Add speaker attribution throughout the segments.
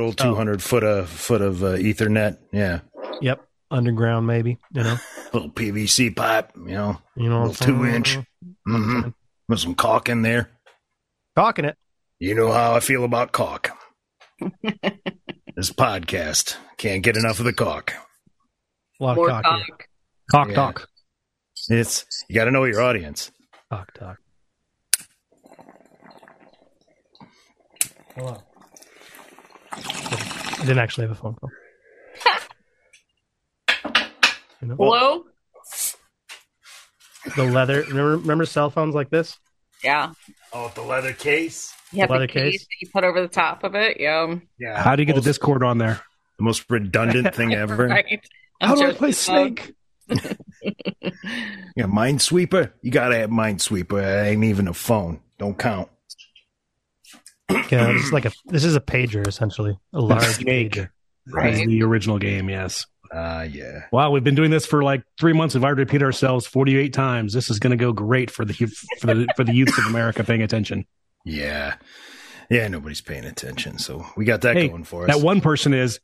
Speaker 1: Little
Speaker 2: Oh.
Speaker 1: two hundred foot of foot of uh, Ethernet. Yeah,
Speaker 3: Yep. Underground, maybe. You know.
Speaker 1: little PVC pipe. You know,
Speaker 3: You know. what I'm
Speaker 1: Little
Speaker 3: saying?
Speaker 1: two-inch. mm-hmm. with some caulk in there.
Speaker 3: Talking it.
Speaker 1: You know how I feel about caulk. this podcast can't get enough of the caulk.
Speaker 3: A lot
Speaker 4: More
Speaker 3: of talk.
Speaker 4: cock.
Speaker 3: here. Cock
Speaker 1: Yeah.
Speaker 3: talk.
Speaker 1: It's you got to know your audience.
Speaker 3: Cock talk. Hello. I didn't actually have a phone call. You know?
Speaker 4: Hello?
Speaker 3: the leather. Remember, remember cell phones like this?
Speaker 4: Yeah.
Speaker 1: Oh, the leather case.
Speaker 4: You have
Speaker 3: Leather
Speaker 4: the case
Speaker 3: case?
Speaker 4: that you put over the top of it. Yeah.
Speaker 1: Yeah.
Speaker 2: How do you get the
Speaker 1: most,
Speaker 2: Discord on there?
Speaker 1: The most redundant thing ever.
Speaker 4: Right.
Speaker 2: How do I
Speaker 4: Just um,
Speaker 2: play
Speaker 4: the phone.
Speaker 2: Snake?
Speaker 1: Yeah, Minesweeper. You gotta have Minesweeper. It ain't even a phone. Don't count.
Speaker 3: Yeah, this is like a. This is a pager essentially. A large
Speaker 2: Snake.
Speaker 3: pager.
Speaker 4: Right.
Speaker 2: As the original game, yes.
Speaker 1: Ah, yeah.
Speaker 2: Wow, we've been doing this for like three months. We've already repeated ourselves forty-eight times. This is going to go great for the for the for the youths of America paying attention.
Speaker 1: Yeah. Yeah, nobody's paying attention, so we got that
Speaker 2: Hey,
Speaker 1: going for us.
Speaker 2: That one person is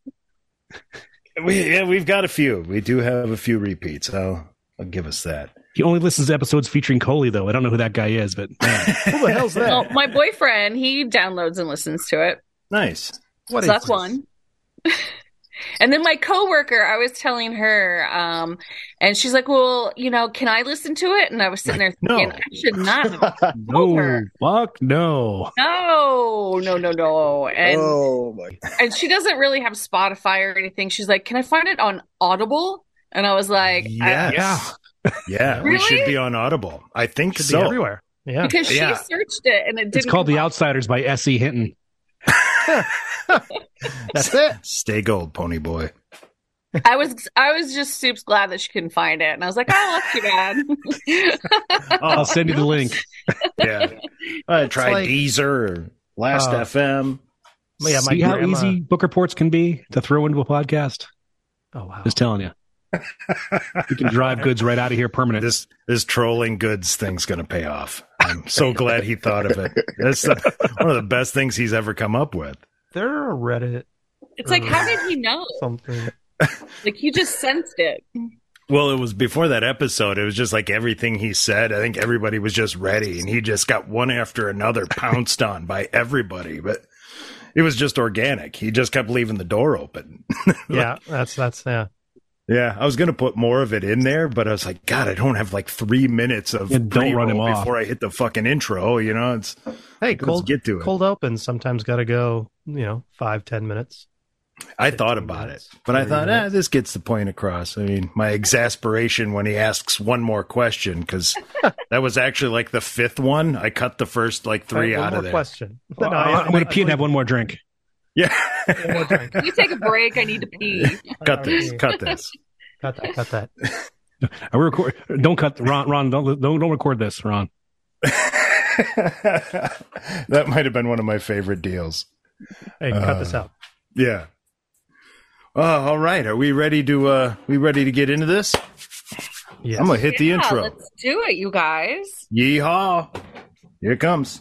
Speaker 1: we, yeah, we've got a few. We do have a few repeats. I'll, I'll give us that.
Speaker 2: he only listens to episodes featuring Coley though. I don't know who that guy is, but man,
Speaker 3: Who the hell's that?
Speaker 4: Well, my boyfriend, he downloads and listens to it.
Speaker 1: Nice.
Speaker 4: so that's one. and then my coworker, I was telling her, um, and she's like, "Well, you know, can I listen to it?" And I was sitting there
Speaker 1: No.
Speaker 4: thinking, "I should not.
Speaker 2: no, fuck no.
Speaker 4: no, no, no, no." And
Speaker 1: oh my!
Speaker 4: and she doesn't really have Spotify or anything. She's like, "Can I find it on Audible?" And I was like,
Speaker 1: Yes.
Speaker 4: I-
Speaker 2: Yeah,
Speaker 1: Yeah, we
Speaker 4: Really?
Speaker 1: should be on Audible. I think
Speaker 2: should
Speaker 1: so.
Speaker 2: be everywhere.
Speaker 3: Yeah.
Speaker 4: because she
Speaker 1: Yeah.
Speaker 4: searched it and it didn't.
Speaker 2: It's called
Speaker 4: come
Speaker 2: The
Speaker 4: up.
Speaker 2: Outsiders by S. E. Hinton.
Speaker 1: That's it. Stay gold, pony boy.
Speaker 4: I was I was just soups glad that she couldn't find it, and I was like, "I left you, man." Oh,
Speaker 2: I'll send you the link.
Speaker 1: Yeah. I tried
Speaker 3: like-
Speaker 1: Deezer, Last
Speaker 2: uh,
Speaker 3: Oh.
Speaker 1: FM.
Speaker 3: Well, yeah, my
Speaker 2: See how
Speaker 3: grandma-
Speaker 2: easy book reports can be to throw into a podcast.
Speaker 3: Oh wow.
Speaker 2: Just telling you, you can drive goods right out of here permanent.
Speaker 1: This this trolling goods thing's going to pay off. I'm so glad he thought of it. That's the, one of the best things he's ever come up with.
Speaker 3: They're a Reddit
Speaker 4: it's like, how did he know?
Speaker 3: something.
Speaker 4: Like, he just sensed it.
Speaker 1: Well, it was before that episode. It was just like everything he said. I think everybody was just ready, and he just got one after another pounced on by everybody. But it was just organic. He just kept leaving the door open.
Speaker 3: Yeah, that's that's yeah.
Speaker 1: Yeah, I was gonna put more of it in there, but I was like, God, I don't have like three minutes of
Speaker 2: Yeah, don't run him
Speaker 1: pre-roll
Speaker 2: off.
Speaker 1: before I hit the fucking intro. You know, it's
Speaker 3: Hey,
Speaker 1: let's
Speaker 3: cold
Speaker 1: get to it.
Speaker 3: cold opens sometimes got to go. You know, five ten minutes.
Speaker 1: I thought
Speaker 3: 15
Speaker 1: about
Speaker 3: minutes,
Speaker 1: it, but I
Speaker 3: 30
Speaker 1: thought, eh,
Speaker 3: minutes.
Speaker 1: this gets the point across. I mean, my exasperation when he asks one more question because that was actually like the fifth one. I cut the first like three
Speaker 3: All right, one
Speaker 1: out
Speaker 3: more
Speaker 1: of there.
Speaker 3: question.
Speaker 2: Well,
Speaker 3: No,
Speaker 2: I,
Speaker 3: I-
Speaker 2: am going
Speaker 3: I-
Speaker 2: to pee and have one more drink.
Speaker 1: Yeah,
Speaker 3: One more drink.
Speaker 4: Can we take a break? I need to pee.
Speaker 1: cut this, cut this.
Speaker 3: Cut that. Cut that.
Speaker 2: I will record. Don't cut, Ron. Ron, don't don't, don't record this, Ron.
Speaker 1: that might have been one of my favorite deals.
Speaker 3: Hey, cut
Speaker 1: Uh,
Speaker 3: this out.
Speaker 1: Yeah. Uh, all right, are we ready to uh we ready to get into this?
Speaker 3: Yes.
Speaker 1: I'm gonna hit the
Speaker 4: Yeah,
Speaker 1: intro.
Speaker 4: Let's do it, you guys.
Speaker 1: Yeehaw! Here it comes.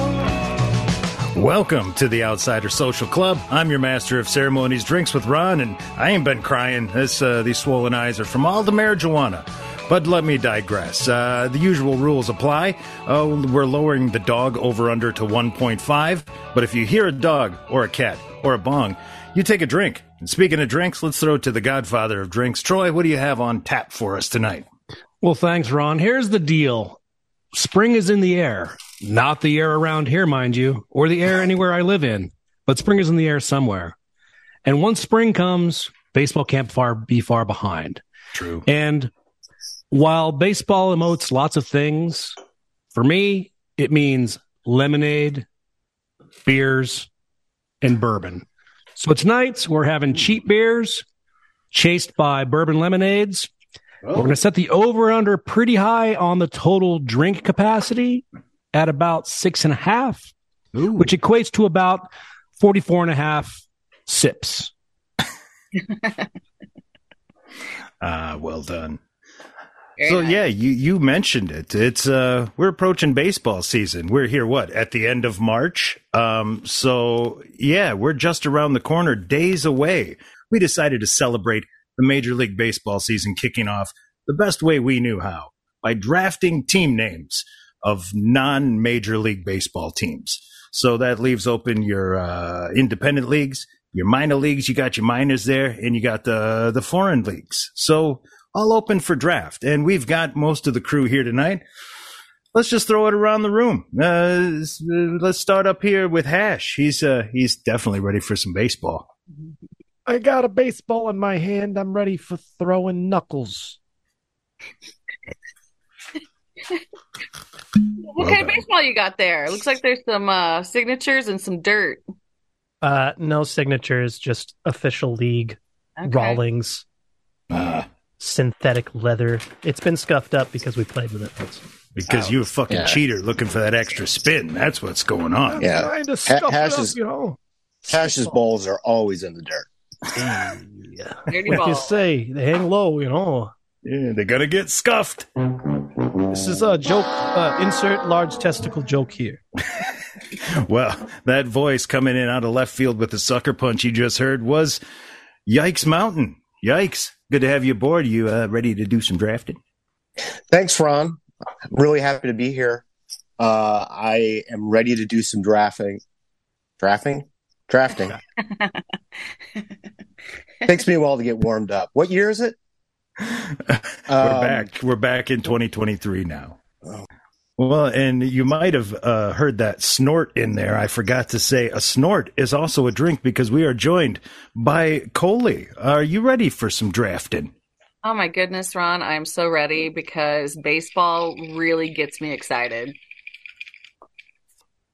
Speaker 1: Welcome to the Outsider Social Club. I'm your master of ceremonies, drinks with Ron, and I ain't been crying. This, uh, these swollen eyes are from all the marijuana. But let me digress. Uh, the usual rules apply. Uh, we're lowering the dog over under to 1.5. But if you hear a dog or a cat or a bong, you take a drink. And speaking of drinks, let's throw it to the godfather of drinks. Troy, what do you have on tap for us tonight?
Speaker 2: Well, thanks, Ron. Here's the deal: spring is in the air. Not the air around here, mind you, or the air anywhere I live in. But spring is in the air somewhere. And once spring comes, baseball can't far be far behind.
Speaker 1: True.
Speaker 2: And while baseball emotes lots of things, for me, it means lemonade, beers, and bourbon. So tonight's we're having cheap beers chased by bourbon lemonades. We're going to set the over under pretty high on the total drink capacity at about six and a half,
Speaker 1: Ooh.
Speaker 2: which equates to about 44 and a half sips.
Speaker 1: Ah, well done.
Speaker 4: Very
Speaker 1: so
Speaker 4: nice.
Speaker 1: yeah, you you mentioned it. It's uh we're approaching baseball season. We're here what? At the end of March. Um so yeah, we're just around the corner, days away. We decided to celebrate the Major League Baseball season kicking off the best way we knew how, by drafting team names of non-Major League Baseball teams. So that leaves open your uh independent leagues, your minor leagues, you got your minors there, and you got the the foreign leagues. So all open for draft, and we've got most of the crew here tonight. Let's just throw it around the room. Uh, s- uh, let's start up here with Hash. He's uh, he's definitely ready for some baseball.
Speaker 5: I got a baseball in my hand. I'm ready for throwing knuckles.
Speaker 4: What kind of baseball you got there? Looks like there's some uh, signatures and some dirt.
Speaker 3: Uh, no signatures, just official league,
Speaker 4: Okay.
Speaker 3: Rawlings, synthetic leather. It's been scuffed up because we played with it once.
Speaker 1: because you a fucking
Speaker 6: Yeah.
Speaker 1: cheater looking for that extra spin. That's what's going on.
Speaker 6: Yeah.
Speaker 5: Trying to stuff it
Speaker 6: hash
Speaker 5: up,
Speaker 6: is-
Speaker 5: you know.
Speaker 6: Cash's balls are always in the dirt.
Speaker 4: Dirty
Speaker 5: What
Speaker 4: ball.
Speaker 5: you say? They hang low, you know.
Speaker 1: Yeah, they're gonna get scuffed.
Speaker 5: This is a joke. Uh, insert large testicle joke here.
Speaker 1: Well, that voice coming in out of left field with the sucker punch you just heard was Yikes Mountain. Yikes! Good to have you aboard. You uh, ready to do some drafting?
Speaker 6: Thanks, Ron. I'm really happy to be here. Uh, I am ready to do some drafting. Drafting? Drafting. Takes me a while to get warmed up. What year is it?
Speaker 1: We're
Speaker 6: Um,
Speaker 1: back. We're back in 2023 now.
Speaker 6: Oh.
Speaker 1: Well, and you might have uh, heard that snort in there. I forgot to say a snort is also a drink because we are joined by Coley. Are you ready for some drafting?
Speaker 4: Oh my goodness, Ron, I'm so ready because baseball really gets me excited.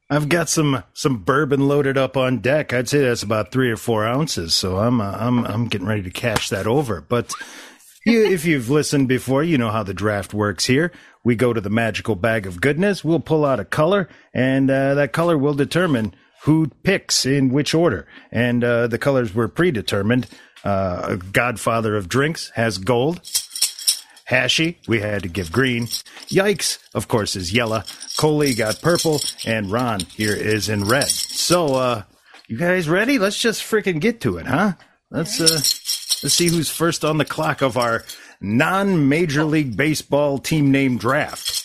Speaker 1: I've got some some bourbon loaded up on deck. I'd say that's about three or four ounces. So I'm uh, I'm I'm getting ready to cash that over. But you, if you've listened before, you know how the draft works here. We go to the magical bag of goodness. We'll pull out a color, and uh, that color will determine who picks in which order. And uh, the colors were predetermined. Uh, Godfather of drinks has gold. Hashi, we had to give green. Yikes, of course, is yellow. Coley got purple, and Ron here is in red. So, uh, you guys ready? Let's just freaking get to it, huh? Let's uh, let's see who's first on the clock of our non-major league baseball team name draft.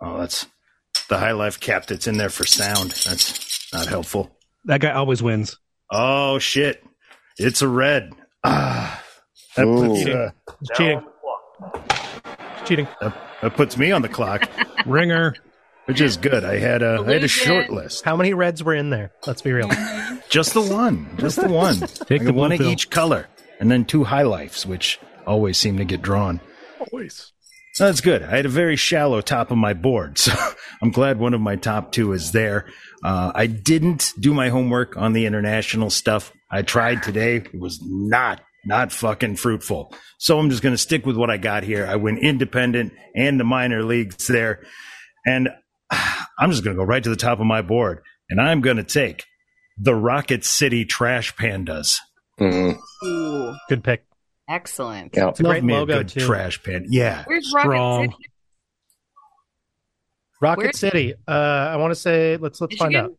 Speaker 1: Oh, that's the high life cap that's in there for sound. That's not helpful.
Speaker 2: That guy always wins.
Speaker 1: Oh shit! It's a red. Ah, that puts,
Speaker 6: Ooh.
Speaker 1: uh,
Speaker 3: It's cheating. It's cheating.
Speaker 1: that puts me on the clock,
Speaker 2: Ringer.
Speaker 1: which is good. I had a I had a
Speaker 4: Illusion.
Speaker 1: short list,
Speaker 3: How many reds were in there? Let's be real.
Speaker 1: just the one, just the one.
Speaker 2: Take
Speaker 1: I
Speaker 2: the
Speaker 1: got one
Speaker 2: blue
Speaker 1: of
Speaker 2: pill.
Speaker 1: each color, and then two high lifes, which always seem to get drawn.
Speaker 5: Always.
Speaker 1: That's good. I had a very shallow top of my board, so I'm glad one of my top two is there. Uh, I didn't do my homework on the international stuff. I tried today. It was not not fucking fruitful. So I'm just going to stick with what I got here. I went independent and the minor leagues there, and I'm just going to go right to the top of my board, and I'm going to take the Rocket City Trash Pandas.
Speaker 6: Mm,
Speaker 4: Ooh,
Speaker 3: Good pick.
Speaker 4: excellent.
Speaker 6: yeah.
Speaker 3: It's a great
Speaker 1: Love me a
Speaker 3: logo
Speaker 1: good
Speaker 3: too.
Speaker 1: Trash panda. Yeah.
Speaker 4: Where's
Speaker 2: Strong.
Speaker 4: Rocket City?
Speaker 3: Rocket City.
Speaker 4: Where-
Speaker 3: Uh, I want to say. Let's let's find
Speaker 4: Michigan?
Speaker 3: out.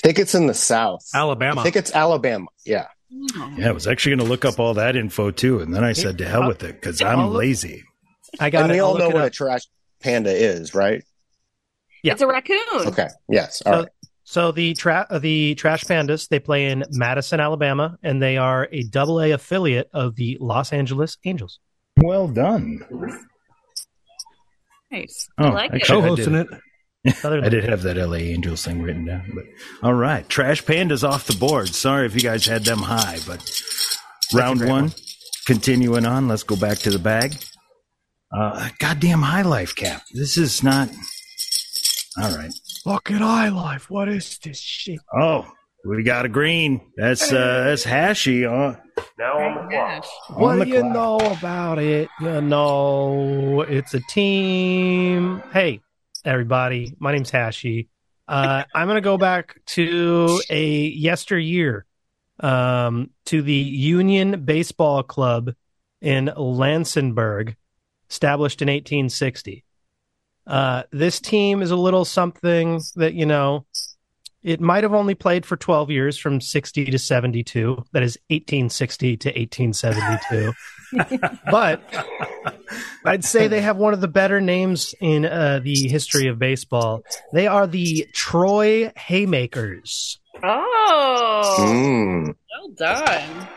Speaker 6: I think it's in the South. I
Speaker 2: Alabama.
Speaker 6: think it's Alabama. Yeah.
Speaker 4: Oh.
Speaker 1: Yeah, I was actually going to look up all that info too, and then I said to hell with it because I'm lazy.
Speaker 3: I got
Speaker 6: And
Speaker 3: it.
Speaker 6: we
Speaker 3: I'll
Speaker 6: all
Speaker 3: look
Speaker 6: know
Speaker 3: it
Speaker 6: what a
Speaker 3: up.
Speaker 6: trash panda is, right?
Speaker 3: Yeah.
Speaker 4: It's a raccoon.
Speaker 6: Okay. Yes. All
Speaker 3: So-
Speaker 6: right.
Speaker 3: So the tra- uh, the Trash Pandas they play in Madison, Alabama, and they are a Double A affiliate of the Los Angeles Angels.
Speaker 1: Well done.
Speaker 4: Nice.
Speaker 1: Oh,
Speaker 4: I like it.
Speaker 1: actually-
Speaker 2: Co-hosting it.
Speaker 3: Other
Speaker 1: I did have that LA Angels thing written down, but all right, Trash Pandas off the board. Sorry if you guys had them high, but round one, continuing on. Let's go back to the bag. Uh, goddamn high life cap. This is not all right.
Speaker 5: Look at iLife. What is this shit?
Speaker 1: Oh, we got a green. That's uh, that's uh, hashy. Huh?
Speaker 7: Now on
Speaker 4: Oh,
Speaker 7: the clock.
Speaker 4: Gosh.
Speaker 1: On
Speaker 5: What
Speaker 1: the
Speaker 5: do you
Speaker 1: clock.
Speaker 5: know about it?
Speaker 3: You know, it's a team. Hey, everybody. My name's Hashi. Uh, I'm going to go back to a yesteryear um, to the Union Baseball Club in Lansenberg, established in 1860. Uh, this team is a little something that, you know, it might have only played for 12 years from 60 to 72. That is 1860 to 1872. but I'd say they have one of the better names in uh, the history of baseball. They are the Troy Haymakers.
Speaker 8: Mm-hmm.
Speaker 4: Oh,
Speaker 6: Mm.
Speaker 4: well done.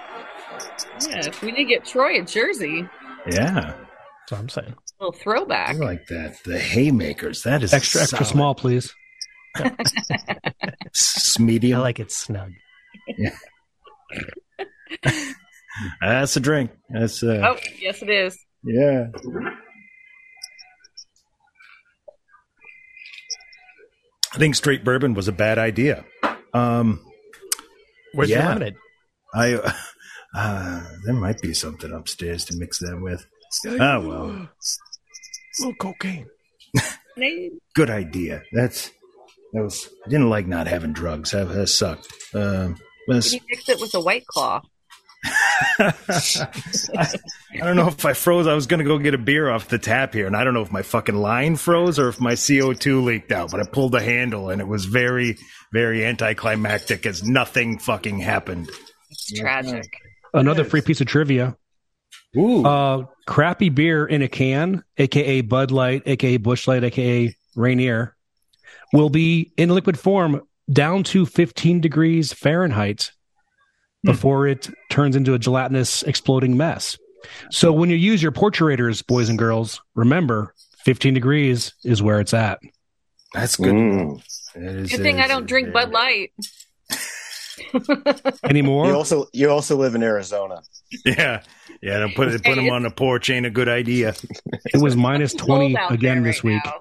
Speaker 4: Yeah, if we did get Troy a jersey,
Speaker 1: Yeah,
Speaker 3: That's what I'm saying.
Speaker 4: little
Speaker 1: I
Speaker 4: throwback.
Speaker 1: like that. The haymakers. That is
Speaker 2: Extra, extra
Speaker 1: solid.
Speaker 2: small, please.
Speaker 1: S-
Speaker 3: I
Speaker 1: medium.
Speaker 3: like it snug.
Speaker 1: that's a drink. That's uh,
Speaker 4: Oh, yes, it is.
Speaker 1: yeah. I think straight bourbon was a bad idea. Um,
Speaker 3: Where's
Speaker 1: Yeah.
Speaker 3: your lemonade?
Speaker 1: I uh, there might be something upstairs to mix that with. Ah, well.
Speaker 5: little cocaine.
Speaker 4: Name-
Speaker 1: Good idea. That's that was. I didn't like not having drugs. That, that sucked. Um, that's-
Speaker 4: Did he mix it with a white claw?
Speaker 1: I, I don't know if I froze. I was going to go get a beer off the tap here, and I don't know if my fucking line froze or if my CO2 leaked out, but I pulled the handle and it was very, very anticlimactic as nothing fucking happened.
Speaker 4: It's tragic.
Speaker 2: Another free piece of trivia.
Speaker 1: Ooh.
Speaker 2: Uh, crappy beer in a can, aka Bud Light, aka Bush Light, aka Rainier, will be in liquid form down to 15 degrees Fahrenheit before it turns into a gelatinous exploding mess. So when you use your porturators, boys and girls, remember 15 degrees is where it's at.
Speaker 1: That's good.
Speaker 6: Mm.
Speaker 1: That is-
Speaker 4: Good thing I don't drink Bud Light.
Speaker 6: You
Speaker 2: Anymore?
Speaker 6: also you also live in Arizona.
Speaker 1: Yeah. Yeah. Don't put, put them on the porch. Ain't a good idea.
Speaker 2: It was minus
Speaker 4: It's
Speaker 2: 20
Speaker 4: cold out
Speaker 2: again
Speaker 4: there
Speaker 2: this
Speaker 4: right
Speaker 2: week.
Speaker 4: now.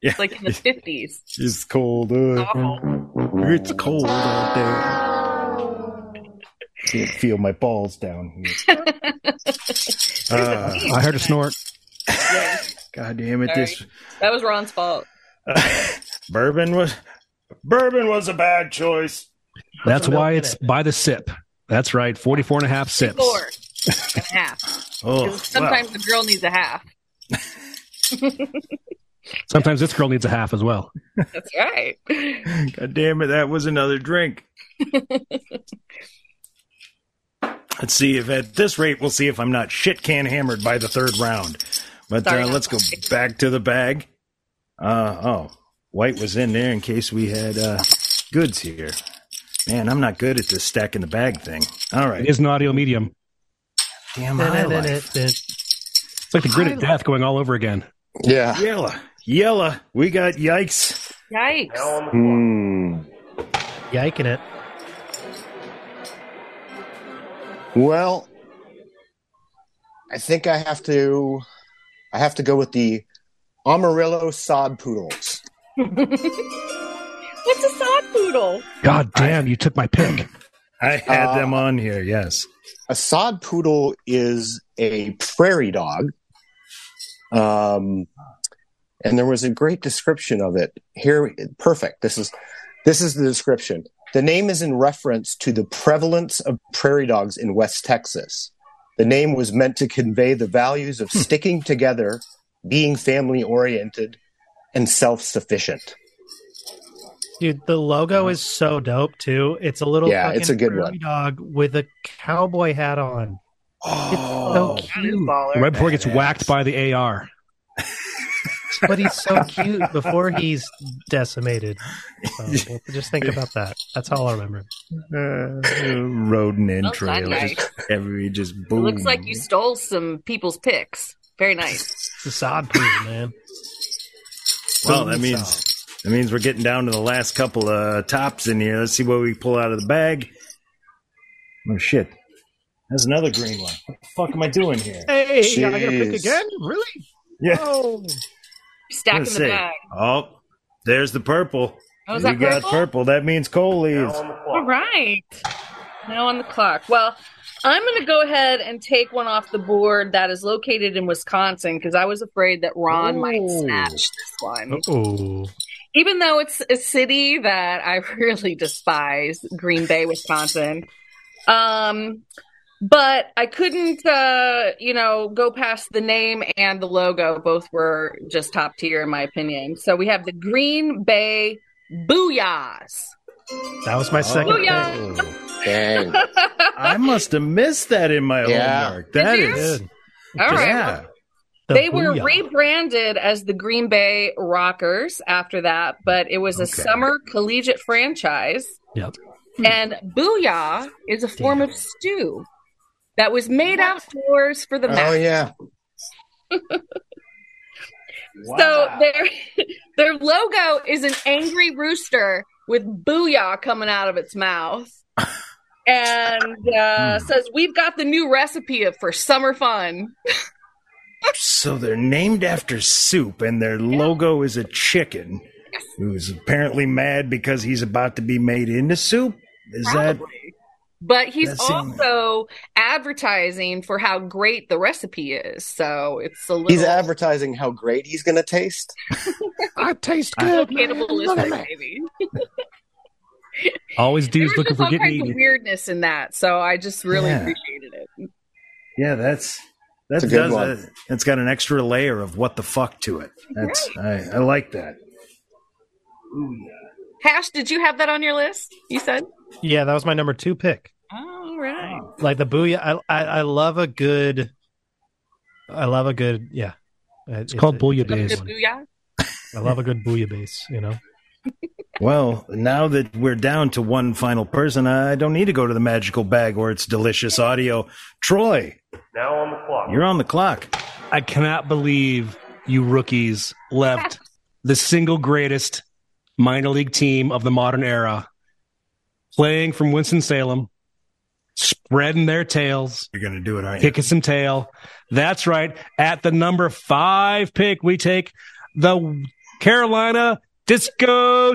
Speaker 1: Yeah.
Speaker 4: It's like in the 50s.
Speaker 1: It's cold. uh,
Speaker 4: Awful.
Speaker 1: it's cold out there. Can't feel my balls down here. Uh,
Speaker 2: I heard a snort.
Speaker 4: Yeah,
Speaker 1: God damn it. This.
Speaker 4: that was Ron's fault.
Speaker 1: bourbon was bourbon was a bad choice.
Speaker 2: That's
Speaker 3: milk
Speaker 2: why
Speaker 3: in
Speaker 2: it's
Speaker 3: it.
Speaker 2: by the sip. That's right. 44 and a half sips.
Speaker 4: Four and a half. 'Cause
Speaker 1: Oh,
Speaker 4: Sometimes the girl needs a half.
Speaker 2: Sometimes this girl needs a half as well.
Speaker 4: That's right.
Speaker 1: well, God damn it, that was another drink. let's see if at this rate we'll see if I'm not shit can hammered by the third round. But
Speaker 4: Sorry,
Speaker 1: uh,
Speaker 4: not
Speaker 1: let's go
Speaker 4: sorry.
Speaker 1: back to the bag. Uh oh, white was in there in case we had uh, goods here. Man, I'm not good at this stack in the bag thing. All
Speaker 2: It
Speaker 1: right,
Speaker 2: is an audio medium.
Speaker 1: damn high life.
Speaker 3: That's
Speaker 2: It's like the grid of death going all over again.
Speaker 6: Yeah.
Speaker 1: Yella, yella, we got yikes.
Speaker 7: Now
Speaker 4: Yikes.
Speaker 7: on the clock.
Speaker 6: Mm.
Speaker 3: Yiking it.
Speaker 6: Well, I think I have to I have to go with the Amarillo sod poodles.
Speaker 4: What's a sod poodle?
Speaker 2: God damn, you took my pick.
Speaker 1: I had
Speaker 6: Uh,
Speaker 1: them on here, yes.
Speaker 6: A sod poodle is a prairie dog. Um, and there was a great description of it here. Perfect. This is this is the description. The name is in reference to the prevalence of prairie dogs in West Texas. The name was meant to convey the values of sticking together, being family oriented, and self sufficient.
Speaker 3: Dude, the logo is so dope too. It's a little
Speaker 6: Yeah,
Speaker 3: fucking
Speaker 6: it's a good
Speaker 3: prairie
Speaker 6: one.
Speaker 3: dog with a cowboy hat on.
Speaker 1: Oh,
Speaker 3: It's so
Speaker 4: That is
Speaker 3: cute.
Speaker 4: baller.
Speaker 2: Right before he gets
Speaker 1: Badass.
Speaker 2: whacked by the AR.
Speaker 3: but he's so cute before he's decimated. So, we'll just think about that. That's how I'll remember. him.
Speaker 1: uh, rodent
Speaker 4: Well
Speaker 1: entrail.
Speaker 4: done,
Speaker 1: Just,
Speaker 4: guys.
Speaker 1: every just
Speaker 4: It
Speaker 1: boom.
Speaker 4: looks like you stole some people's picks. Very nice.
Speaker 3: It's a sod poodle, man.
Speaker 1: Well, that
Speaker 3: Boom
Speaker 1: means
Speaker 3: sod.
Speaker 1: that means we're getting down to the last couple of tops in here. Let's see what we pull out of the bag. Oh shit. That's another green one. What the fuck am I doing here?
Speaker 5: Hey, I gotta pick
Speaker 6: Jeez.
Speaker 5: again? Really?
Speaker 1: Yeah.
Speaker 5: Oh,
Speaker 4: Stack in
Speaker 1: Let's
Speaker 4: the
Speaker 1: see.
Speaker 4: bag.
Speaker 1: Oh, there's the purple.
Speaker 4: Oh, is
Speaker 1: you
Speaker 4: that
Speaker 1: got
Speaker 4: purple?
Speaker 1: purple. That means Cole leaves.
Speaker 4: All right. Now on the clock. Well, I'm going to go ahead and take one off the board that is located in Wisconsin because I was afraid that Ron might snatch this one.
Speaker 3: Oh,
Speaker 4: Even though it's a city that I really despise, Green Bay, Wisconsin. Um, but I couldn't, uh, you know, go past the name and the logo. Both were just top tier, in my opinion. So we have the Green Bay Booyahs.
Speaker 3: that was my second. pick.
Speaker 4: Booyah!
Speaker 6: Oh, Dang.
Speaker 1: I must have missed that in my
Speaker 6: Yeah.
Speaker 1: homework. That
Speaker 4: you?
Speaker 1: is,
Speaker 4: All right.
Speaker 1: yeah.
Speaker 3: The
Speaker 4: they were
Speaker 3: Booyah.
Speaker 4: rebranded as the Green Bay Rockers after that, but it was a summer collegiate franchise.
Speaker 3: Yep.
Speaker 4: And booyah is a form of stew that was made outdoors for the
Speaker 6: Oh
Speaker 4: masses.
Speaker 6: yeah.
Speaker 4: So their their logo is an angry rooster with booyah coming out of its mouth. And uh,
Speaker 3: Hmm.
Speaker 4: says, We've got the new recipe for summer fun.
Speaker 1: So they're named after soup, and their logo is a chicken who's apparently mad because he's about to be made into soup. Is that
Speaker 4: Probably. But he's
Speaker 1: That seems-
Speaker 4: also advertising for how great the recipe is. So it's a little
Speaker 6: He's advertising how great he's going to taste.
Speaker 5: I taste good.
Speaker 4: cannibalistic, maybe.
Speaker 2: Always
Speaker 4: There's
Speaker 2: dudes looking
Speaker 4: just
Speaker 2: for
Speaker 4: all
Speaker 2: getting
Speaker 4: kinds of
Speaker 2: eaten.
Speaker 4: weirdness in that. So I just really
Speaker 1: Yeah.
Speaker 4: appreciated it.
Speaker 1: yeah? That's that
Speaker 6: It's a good
Speaker 1: does
Speaker 6: one.
Speaker 1: it. It's got an extra layer of what the fuck to it. That's I, I like that.
Speaker 4: Hash, did you have that on your list? You said?
Speaker 3: Yeah, that was my number two pick.
Speaker 4: All right.
Speaker 3: Like the booyah, I, I, I love a good, I love a good, yeah. It's,
Speaker 2: called Booyah
Speaker 3: good
Speaker 2: Bass.
Speaker 3: one.
Speaker 4: Booyah.
Speaker 3: I love a good booyah bass. You know,
Speaker 1: Well, now that we're down to one final person, I don't need to go to the magical bag or its delicious audio. Troy,
Speaker 9: Now on the clock.
Speaker 1: you're on the clock.
Speaker 2: I cannot believe you rookies left the single greatest minor league team of the modern era playing from Winston-Salem, spreading their tails,
Speaker 1: You're gonna do it, aren't you?
Speaker 2: kicking some tail. That's right. At the number five pick, we take the Carolina Disco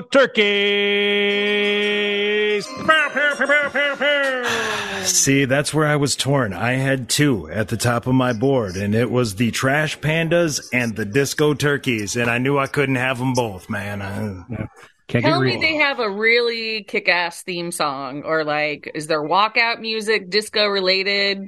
Speaker 2: Turkeys. Pow, pow, pow, pow, pow, pow.
Speaker 1: See, that's where I was torn. I had two at the top of my board, and it was the Trash Pandas and the Disco Turkeys, and I knew I couldn't have them both, man. I,
Speaker 2: Can't get
Speaker 4: Tell me
Speaker 2: real.
Speaker 4: they have a really kick ass theme song, or like, is there walkout music, disco related?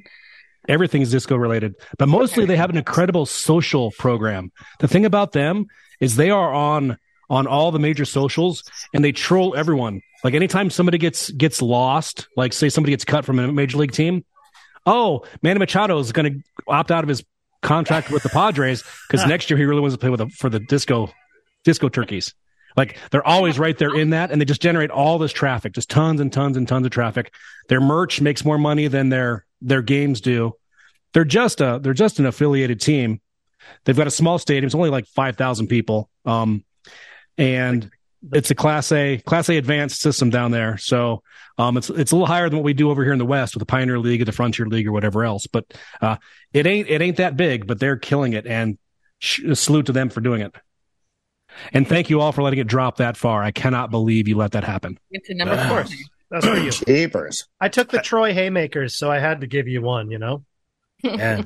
Speaker 2: Everything's disco related, but mostly they have an incredible social program. The thing about them is they are on on all the major socials and they troll everyone. Like anytime somebody gets gets lost, like say somebody gets cut from a major league team, oh, Manny Machado is going to opt out of his contract with the Padres because next year he really wants to play with the, for the disco disco turkeys. Like they're always right there in that, and they just generate all this traffic, just tons and tons and tons of traffic. Their merch makes more money than their their games do. They're just a they're just an affiliated team. They've got a small stadium; it's only like five thousand people, um, and it's a class A class A advanced system down there. So um, it's it's a little higher than what we do over here in the West with the Pioneer League or the Frontier League or whatever else. But uh, it ain't it ain't that big, but they're killing it, and sh- salute to them for doing it. And thank you all for letting it drop that far. I cannot believe you let that happen.
Speaker 4: It's a number four.
Speaker 3: that's for you.
Speaker 6: Jeepers.
Speaker 3: I took the Troy Haymakers, so I had to give you one. You know,
Speaker 1: yeah.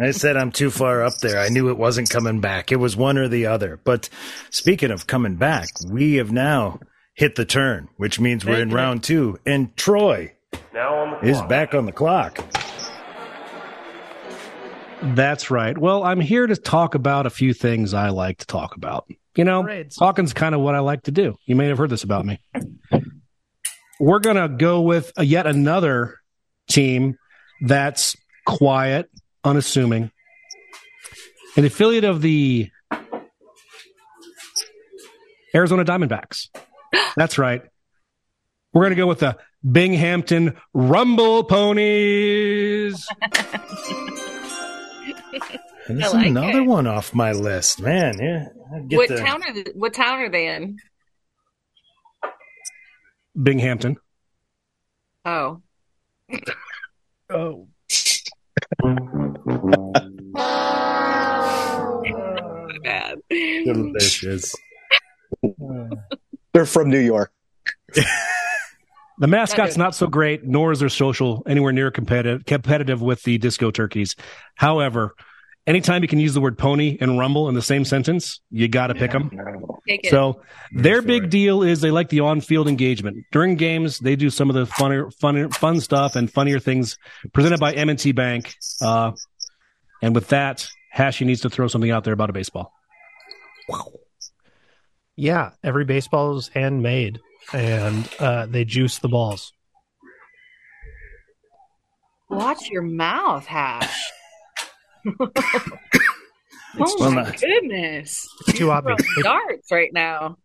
Speaker 1: I said I'm too far up there. I knew it wasn't coming back. It was one or the other. But speaking of coming back, we have now hit the turn, which means we're in round two, and Troy
Speaker 9: Now on the clock.
Speaker 1: is back on the clock.
Speaker 2: That's right. Well, I'm here to talk about a few things I like to talk about. You know,
Speaker 3: Parades.
Speaker 2: talking's kind of what I like to do. You may have heard this about me. We're going to go with a, yet another team that's quiet, unassuming, an affiliate of the Arizona Diamondbacks. That's right. We're going to go with the Binghamton Rumble Ponies.
Speaker 1: And this
Speaker 4: I like
Speaker 1: is another
Speaker 4: it.
Speaker 1: one off my list, man. Yeah, I'd get
Speaker 4: What
Speaker 1: the-
Speaker 4: town are th- what town are they in?
Speaker 2: Binghamton.
Speaker 4: Oh.
Speaker 3: oh,
Speaker 4: bad.
Speaker 1: Delicious.
Speaker 6: They're from New York.
Speaker 2: The mascot's
Speaker 4: is-
Speaker 2: not so great, nor is their social anywhere near competitive competitive with the disco turkeys. However, anytime you can use the word pony and rumble in the same sentence, you got to pick 'em. pick them.
Speaker 4: Take it.
Speaker 2: So their
Speaker 1: for
Speaker 2: big
Speaker 1: it.
Speaker 2: deal is they like the on-field engagement during games. They do some of the funner, fun, fun stuff and funnier things presented by M&T Bank. Uh, and with that, Hashi needs to throw something out there about a baseball.
Speaker 3: Yeah, every baseball is handmade, and uh, they juice the balls.
Speaker 4: Watch your mouth, Hash. oh
Speaker 1: well,
Speaker 4: my
Speaker 1: not-
Speaker 4: goodness!
Speaker 3: It's too obvious. They-
Speaker 4: Darts right now.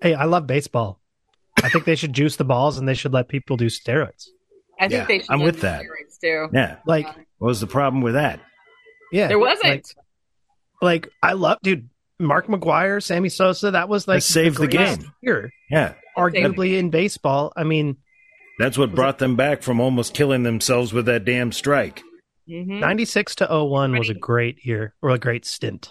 Speaker 3: hey, I love baseball. I think they should juice the balls, and they should let people do steroids.
Speaker 4: I think
Speaker 1: Yeah,
Speaker 4: they should.
Speaker 1: I'm
Speaker 4: let
Speaker 1: with
Speaker 4: the
Speaker 1: that.
Speaker 4: steroids do.
Speaker 1: Yeah.
Speaker 3: Like,
Speaker 1: What was the problem with that?
Speaker 3: yeah,
Speaker 4: There wasn't.
Speaker 3: Like, like, I love, dude. Mark McGuire, Sammy Sosa. That was like
Speaker 1: That saved the
Speaker 3: greatest
Speaker 1: game.
Speaker 3: year,
Speaker 1: Yeah.
Speaker 3: arguably in baseball. I mean,
Speaker 1: That's what brought them back from almost killing themselves with that damn strike.
Speaker 4: Mhm.
Speaker 3: ninety six to 01 was a
Speaker 4: Ready.
Speaker 3: great year or a great stint.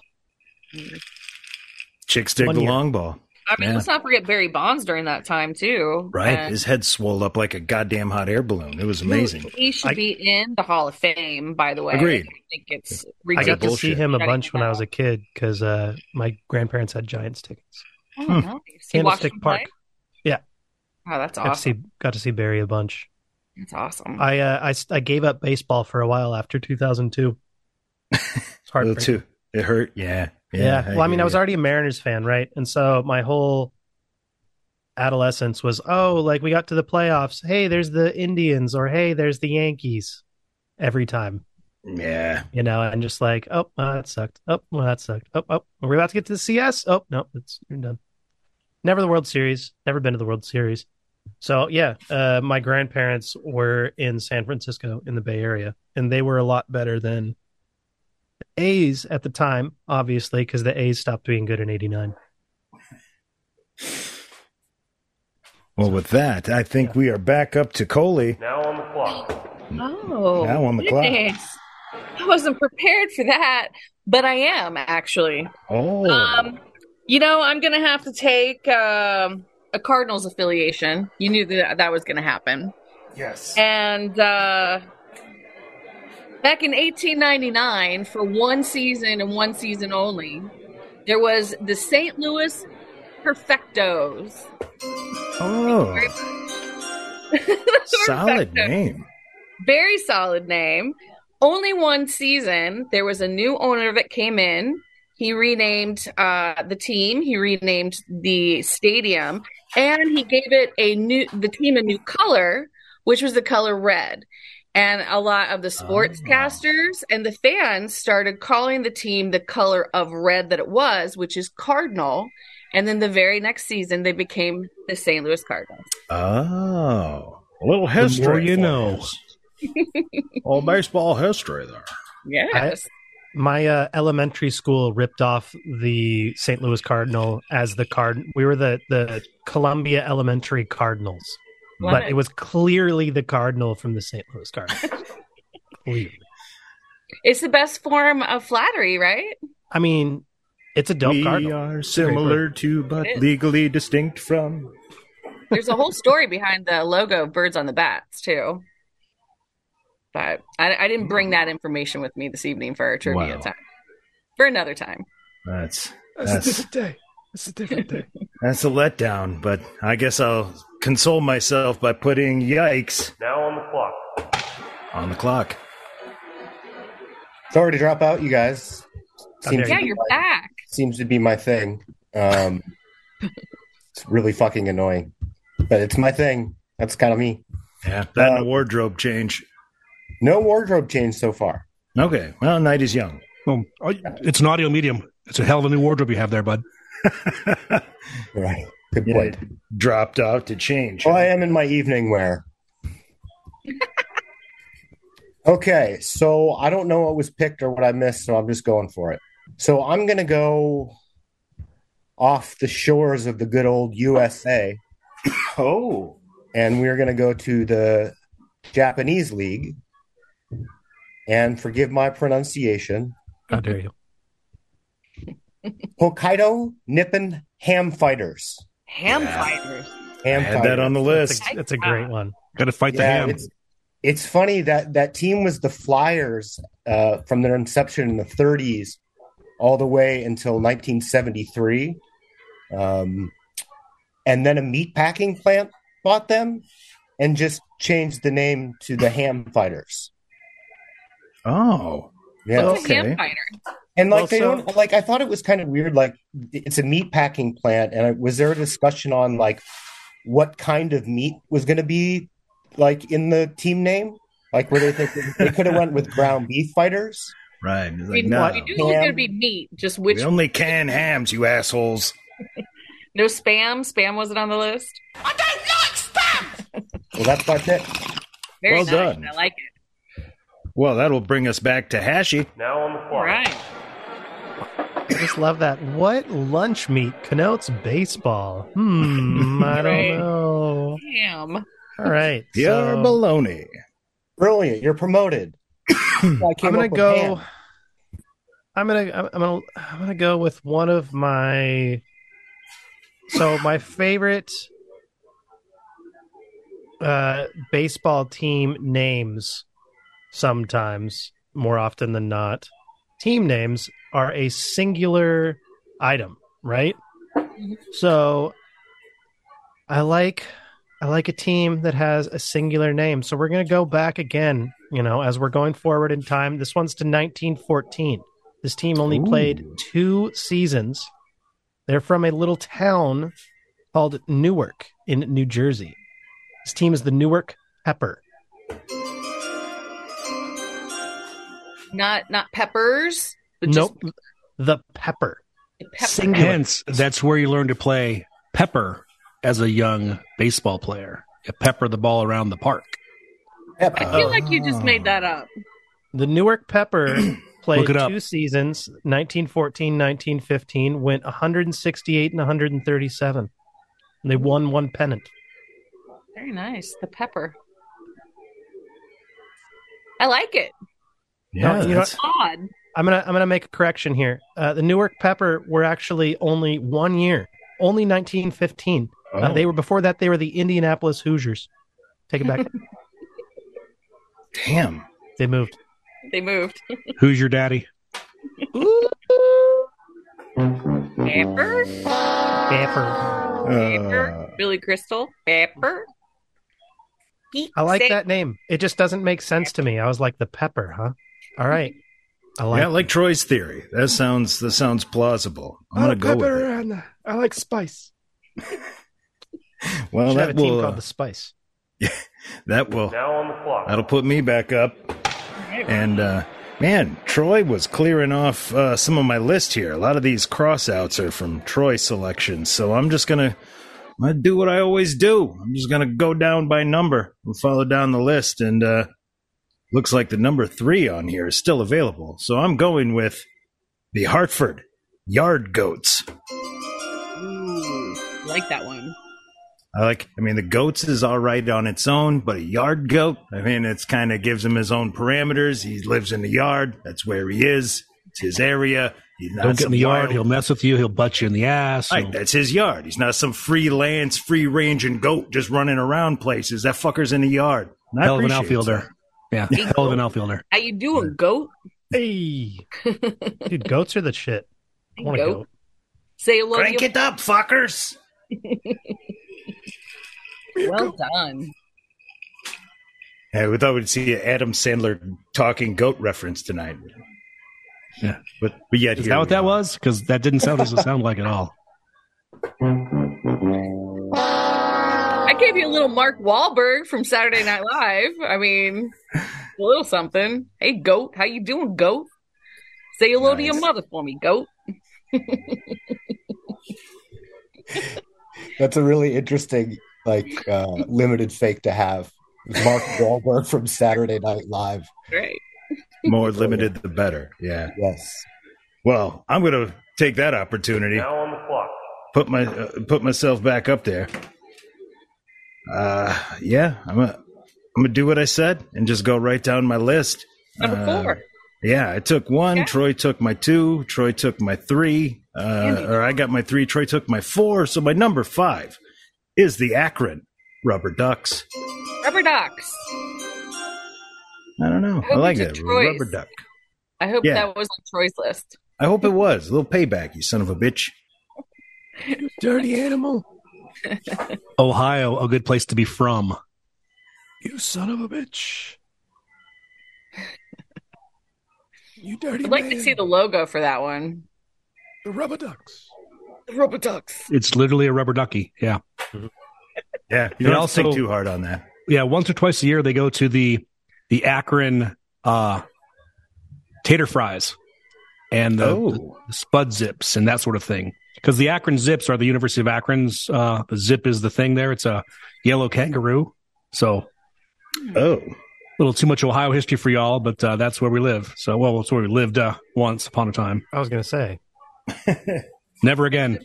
Speaker 1: Chicks dig
Speaker 3: One
Speaker 1: the
Speaker 3: year.
Speaker 1: long ball.
Speaker 4: I mean,
Speaker 1: Yeah.
Speaker 4: let's not forget Barry Bonds during that time too.
Speaker 1: Right?
Speaker 4: And
Speaker 1: His head swelled up like a goddamn hot air balloon. It was
Speaker 4: he-
Speaker 1: amazing.
Speaker 4: He should
Speaker 3: I-
Speaker 4: be in the Hall of Fame. By the way,
Speaker 1: Agreed.
Speaker 4: I think it's
Speaker 3: I
Speaker 4: ridiculous.
Speaker 3: got to see
Speaker 1: bullshit.
Speaker 3: him a
Speaker 4: Shutting
Speaker 3: bunch when I
Speaker 4: him
Speaker 3: was a kid because uh, my grandparents had Giants tickets.
Speaker 4: Oh,
Speaker 1: Hmm.
Speaker 4: nice. You watched
Speaker 3: Candlestick
Speaker 4: him
Speaker 3: Park.
Speaker 4: play?
Speaker 3: Yeah.
Speaker 4: Oh, that's
Speaker 3: Got to
Speaker 4: awesome.
Speaker 3: see got to see Barry a bunch.
Speaker 4: That's awesome.
Speaker 3: I uh, I s- I gave up baseball for a while after 2002. It's
Speaker 1: Little
Speaker 3: hard.
Speaker 1: too. It hurt. Yeah.
Speaker 3: Yeah. Well, I mean, I
Speaker 1: hear
Speaker 3: was
Speaker 1: you.
Speaker 3: already a Mariners fan, right? And so my whole adolescence was, oh, like we got to the playoffs. Hey, there's the Indians, or hey, there's the Yankees. Every time,
Speaker 1: Yeah.
Speaker 3: you know, and just like, oh, well, that sucked. Oh, well, that sucked. Oh, oh, we're about to get to the CS. Oh, no, it's you're done. Never the World Series. Never been to the World Series. So yeah, uh, my grandparents were in San Francisco in the Bay Area, and they were a lot better than the A's at the time, obviously, because the A's stopped being good in '89.
Speaker 1: Well, with that, I think we are back up to Coley.
Speaker 9: Now on the clock.
Speaker 4: oh,
Speaker 1: Now on the clock.
Speaker 4: goodness. I wasn't prepared for that, but I am actually.
Speaker 1: Oh.
Speaker 4: Um, you know, I'm gonna have to take um, a Cardinals affiliation. You knew that that was gonna happen.
Speaker 9: Yes.
Speaker 4: And uh, back in 1899, for one season and one season only, there was the St. Louis Perfectos.
Speaker 1: oh. Solid name.
Speaker 4: Very solid name. Only one season. There was a new owner that came in. He renamed uh, the team. He renamed the stadium, and he gave it a new the team a new color, which was the color red. And a lot of the sportscasters and the fans started calling the team the color of red that it was, which is cardinal. And then the very next season, they became the St. Louis Cardinals.
Speaker 1: Oh. A little
Speaker 2: more
Speaker 1: history.
Speaker 2: you
Speaker 1: for
Speaker 2: know.
Speaker 1: us. All baseball history there.
Speaker 4: Yes.
Speaker 3: my uh, elementary school ripped off the St. Louis Cardinal as the card. We were the the Columbia Elementary Cardinals, but
Speaker 4: Wow.
Speaker 3: it was clearly the Cardinal from the St. Louis Cardinals. Clearly.
Speaker 4: It's the best form of flattery, right?
Speaker 3: I mean, it's a dope
Speaker 1: we
Speaker 3: Cardinal.
Speaker 1: are similar to, but
Speaker 4: It is.
Speaker 1: legally distinct from.
Speaker 4: There's a whole story behind the logo of Birds on the Bats, too. But I, I didn't bring that information with me this evening for our trivia
Speaker 1: Wow.
Speaker 4: time. For another time.
Speaker 1: That's
Speaker 5: That's a
Speaker 1: That's-
Speaker 5: different day. It's a different day.
Speaker 1: that's a letdown, but I guess I'll console myself by putting yikes
Speaker 9: Now on the clock.
Speaker 1: on the clock.
Speaker 6: Sorry to drop out, you guys. Seems,
Speaker 3: Okay.
Speaker 4: Yeah,
Speaker 6: to, be
Speaker 4: you're
Speaker 6: my,
Speaker 4: back.
Speaker 6: seems to be my thing. Um, it's really fucking annoying, but it's my thing. That's kind of me.
Speaker 1: Yeah, that and a
Speaker 6: Uh,
Speaker 1: wardrobe change.
Speaker 6: No wardrobe change so far.
Speaker 1: Okay, well, night is young.
Speaker 2: Well, oh, it's an audio medium. It's a hell of a new wardrobe you have there, bud.
Speaker 6: Right. Good
Speaker 1: Yeah.
Speaker 6: point.
Speaker 1: Dropped out to change.
Speaker 6: Well, I am in my evening wear. okay, so I don't know what was picked or what I missed, so I'm just going for it. So I'm going to go off the shores of the good old USA,
Speaker 1: Oh,
Speaker 6: and we're going to go to the Japanese League. And forgive my pronunciation
Speaker 3: How dare you?
Speaker 6: Hokkaido Nippon Ham Fighters.
Speaker 4: Ham
Speaker 1: Yeah.
Speaker 4: fighters.
Speaker 1: I
Speaker 8: Ham
Speaker 1: had that on the list.
Speaker 3: That's a, that's a great one.
Speaker 2: Got to fight the
Speaker 8: Yeah,
Speaker 2: ham.
Speaker 8: It's, it's funny that that team was the Flyers uh, from their inception in the 30s all the way until 1973. Um, and then a meatpacking plant bought them and just changed the name to the Ham Fighters.
Speaker 1: Oh,
Speaker 8: Yeah.
Speaker 4: What's
Speaker 1: Okay.
Speaker 4: a ham fighter?
Speaker 8: And like
Speaker 3: Well,
Speaker 8: they
Speaker 3: so-
Speaker 8: don't like I thought it was kind of weird. Like it's a meat packing plant, and I, was there a discussion on like what kind of meat was going to be like in the team name? Like where they think they could have went with brown beef fighters?
Speaker 1: right. It's
Speaker 4: We,
Speaker 1: like, no,
Speaker 4: we knew it was going to be meat. Just which?
Speaker 1: we only can hams, you assholes.
Speaker 4: No spam. Spam wasn't on the list.
Speaker 8: Well, that's about it.
Speaker 4: Very
Speaker 1: Well
Speaker 4: nice.
Speaker 1: done.
Speaker 4: I like it.
Speaker 1: Well, that'll bring us back to Hashi.
Speaker 9: Now on the
Speaker 4: All
Speaker 9: quarry.
Speaker 4: right.
Speaker 3: I just love that. What lunch meat connotes baseball? Hmm, I
Speaker 4: Right.
Speaker 3: don't know.
Speaker 4: Ham.
Speaker 3: All right.
Speaker 1: You're
Speaker 3: so-
Speaker 1: baloney.
Speaker 8: Brilliant, you're promoted. I'm
Speaker 3: I'm gonna go. I'm gonna. I'm, I'm gonna. I'm gonna go with one of my. So my favorite uh, baseball team names, sometimes more often than not, team names are a singular item, right? So I like I like a team that has a singular name. So we're going to go back again, you know, as we're going forward in time. This one's to 1914. This team only
Speaker 1: Ooh.
Speaker 3: played two seasons. They're from a little town called Newark in New Jersey. This team is the Newark Pepper.
Speaker 4: Not not peppers. But
Speaker 3: nope. The Pepper.
Speaker 4: Just pepper.
Speaker 3: Singular.
Speaker 2: Hence, that's where you learn to play pepper as a young baseball player. You pepper the ball around the park.
Speaker 3: Uh,
Speaker 4: I feel like you just
Speaker 1: Ah.
Speaker 4: made that up.
Speaker 3: The Newark Pepper played
Speaker 2: Look it up.
Speaker 3: two seasons, 1914, 1915, went 168 and 137. And they won one pennant.
Speaker 4: Very nice. The pepper. I like it.
Speaker 3: No,
Speaker 1: Yeah,
Speaker 3: you know
Speaker 1: that's-
Speaker 4: Odd.
Speaker 3: I'm gonna I'm gonna make a correction here. Uh, the Newark Pepper were actually only one year, only 1915. Uh,
Speaker 1: oh.
Speaker 3: they were before that. They were the Indianapolis Hoosiers. Take it back.
Speaker 1: damn.
Speaker 3: they moved.
Speaker 4: They moved.
Speaker 2: Who's your daddy?
Speaker 4: Pepper.
Speaker 3: Pepper.
Speaker 4: Pepper.
Speaker 1: Uh,
Speaker 4: Billy Crystal. Pepper. Pete
Speaker 3: I like
Speaker 4: Sa-
Speaker 3: that name. It just doesn't make sense to me. I was like the Pepper, huh? All right. I like.
Speaker 1: yeah, like Troy's theory. That sounds that sounds plausible. I'm gonna
Speaker 5: Hot
Speaker 1: go
Speaker 5: pepper
Speaker 1: with
Speaker 5: and uh, I like spice.
Speaker 1: it.
Speaker 3: we
Speaker 1: Well,
Speaker 3: should have a
Speaker 1: that
Speaker 3: team
Speaker 1: will
Speaker 3: called
Speaker 1: uh,
Speaker 3: the Spice.
Speaker 1: that will
Speaker 9: Now on the clock.
Speaker 1: that'll put me back up. And uh, man, Troy was clearing off uh, some of my list here. A lot of these crossouts are from Troy selections, so I'm just gonna I'm gonna do what I always do. I'm just gonna go down by number and follow down the list. And uh, looks like the number three on here is still available, so I'm going with the Hartford Yard Goats.
Speaker 4: Ooh, like that one.
Speaker 1: I like, I mean, the goats is all right on its own, but a yard goat, I mean, it's kind of gives him his own parameters. He lives in the yard. That's where he is. It's his area. He's not
Speaker 2: Don't get
Speaker 1: some
Speaker 2: in the yard.
Speaker 1: wild-
Speaker 2: He'll mess with you. He'll butt you in the ass.
Speaker 1: Right, that's his yard. He's not some freelance, free ranging goat just running around places. That fucker's in the yard. And I
Speaker 2: hell of an
Speaker 1: appreciate
Speaker 2: outfielder.
Speaker 1: that.
Speaker 2: Yeah,
Speaker 4: Hey,
Speaker 2: hell of an outfielder.
Speaker 4: How you doing, goat?
Speaker 3: Hey, dude, goats are the shit. I want to
Speaker 4: Goat.
Speaker 3: go.
Speaker 4: Say hello.
Speaker 1: Crank
Speaker 4: to
Speaker 1: it up, fuckers.
Speaker 4: your- Well done.
Speaker 1: Yeah, we thought we'd see an Adam Sandler talking goat reference tonight.
Speaker 2: Yeah.
Speaker 1: But, but yet,
Speaker 2: Is
Speaker 1: here
Speaker 2: that what
Speaker 1: we
Speaker 2: that
Speaker 1: are.
Speaker 2: was? Because that didn't sound doesn't sound like at all.
Speaker 4: I gave you a little Mark Wahlberg from Saturday Night Live. I mean, a little something. Hey, goat. How you doing, goat? Say hello to your mother for me, goat.
Speaker 8: That's a really interesting like uh, limited fake to have. Mark Wahlberg from Saturday Night Live.
Speaker 4: Right.
Speaker 1: More limited, the better. Yeah.
Speaker 8: Yes.
Speaker 1: Well, I'm going to take that opportunity.
Speaker 9: Now on the clock.
Speaker 1: Put my uh, put myself back up there. Uh, yeah, I'm gonna I'm gonna do what I said and just go right down my list.
Speaker 4: Number
Speaker 1: Uh,
Speaker 4: four.
Speaker 1: Yeah, I took one.
Speaker 4: Okay.
Speaker 1: Troy took my two. Troy took my three. uh, or I got my three. Troy took my four, so my number five is the Akron Rubber Ducks.
Speaker 4: Rubber ducks.
Speaker 1: I don't know.
Speaker 4: I
Speaker 1: I,
Speaker 4: hope
Speaker 1: like that
Speaker 4: it's a choice.
Speaker 1: rubber duck.
Speaker 4: I hope
Speaker 1: Yeah.
Speaker 4: that was on Troy's list.
Speaker 1: I hope it was a little payback, you son of a bitch.
Speaker 10: Dirty animal.
Speaker 2: Ohio, a good place to be from.
Speaker 10: You son of a bitch. You dirty
Speaker 4: I'd like
Speaker 10: man.
Speaker 4: to see the logo for that one.
Speaker 10: The rubber ducks.
Speaker 4: The rubber ducks.
Speaker 2: It's literally a rubber ducky. Yeah.
Speaker 1: Yeah, you
Speaker 2: It
Speaker 1: don't have to
Speaker 2: also-
Speaker 1: think too hard on that.
Speaker 2: Yeah. Once or twice a year, they go to the the Akron uh, tater fries and the,
Speaker 1: Oh.
Speaker 2: the spud zips and that sort of thing. Because the Akron zips are the University of Akron's. Uh, the zip is the thing there. It's a yellow kangaroo. So
Speaker 1: Oh,
Speaker 2: a little too much Ohio history for y'all, but uh, that's where we live. So, well, that's where we lived uh, once upon a time.
Speaker 3: I was going to say.
Speaker 2: Never again.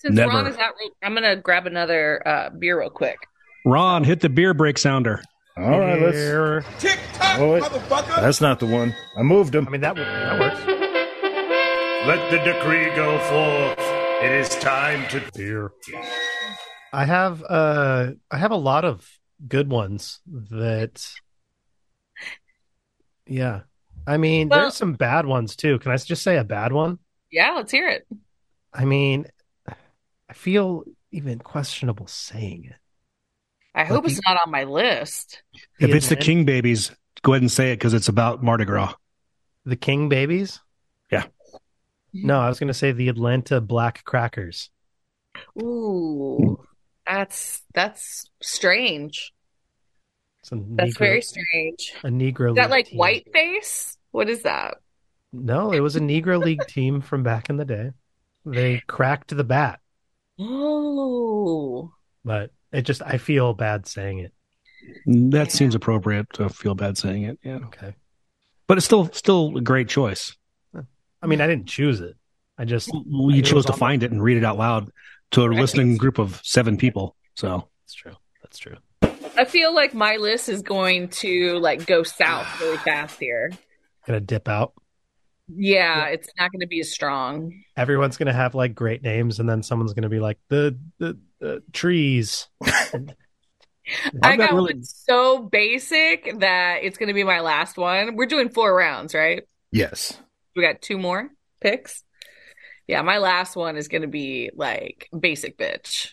Speaker 4: Since
Speaker 2: Never.
Speaker 4: Ron is out, real- I'm gonna grab another uh, beer real quick.
Speaker 2: Ron, hit the beer break sounder.
Speaker 1: all right, let's.
Speaker 3: Here-
Speaker 9: Tick tock,
Speaker 1: Oh, wait.
Speaker 9: motherfucker.
Speaker 1: That's not the one. I moved him.
Speaker 3: I mean, that, would, that works.
Speaker 1: Let the decree go forth. It is time to fear.
Speaker 3: I have uh, I have a lot of good ones that. Yeah, I mean,
Speaker 4: Well-
Speaker 3: there's some bad ones too. Can I just say a bad one?
Speaker 4: Yeah, let's hear it.
Speaker 3: I mean, I feel even questionable saying it.
Speaker 4: I hope
Speaker 3: Lucky-
Speaker 4: it's not on my list.
Speaker 2: If it's the
Speaker 3: Atlantic-
Speaker 2: King Babies, go ahead and say it because it's about Mardi Gras.
Speaker 3: the King Babies.
Speaker 2: Yeah.
Speaker 3: No, I was going to say the Atlanta Black Crackers.
Speaker 4: Ooh, that's that's strange.
Speaker 3: It's a
Speaker 4: That's
Speaker 3: Negro-
Speaker 4: very strange.
Speaker 3: A Negro.
Speaker 4: Is that
Speaker 3: League
Speaker 4: like
Speaker 3: team.
Speaker 4: white face? What is that?
Speaker 3: No, it was a Negro League team from back in the day. They cracked the bat,
Speaker 4: Oh,
Speaker 3: but it just I feel bad saying it.
Speaker 2: That seems appropriate to feel bad saying it. Yeah.
Speaker 3: Okay.
Speaker 2: But it's still still a great choice.
Speaker 3: I mean, I didn't choose it. I just
Speaker 2: You
Speaker 3: It
Speaker 2: chose
Speaker 3: was
Speaker 2: to
Speaker 3: on-
Speaker 2: find it and read it out loud to a
Speaker 4: Right.
Speaker 2: listening group of seven people. So
Speaker 3: That's true. That's true.
Speaker 4: I feel like my list is going to like go south really fast here.
Speaker 3: Gonna dip out.
Speaker 4: Yeah, it's not going to be as strong.
Speaker 3: Everyone's gonna have like great names, and then someone's gonna be like the the, the trees.
Speaker 4: i
Speaker 2: I've got
Speaker 4: got
Speaker 2: really-
Speaker 4: one so basic that it's going to be my last one. We're doing four rounds, right?
Speaker 1: Yes.
Speaker 4: We got two more picks. Yeah, my last one is going to be like basic bitch.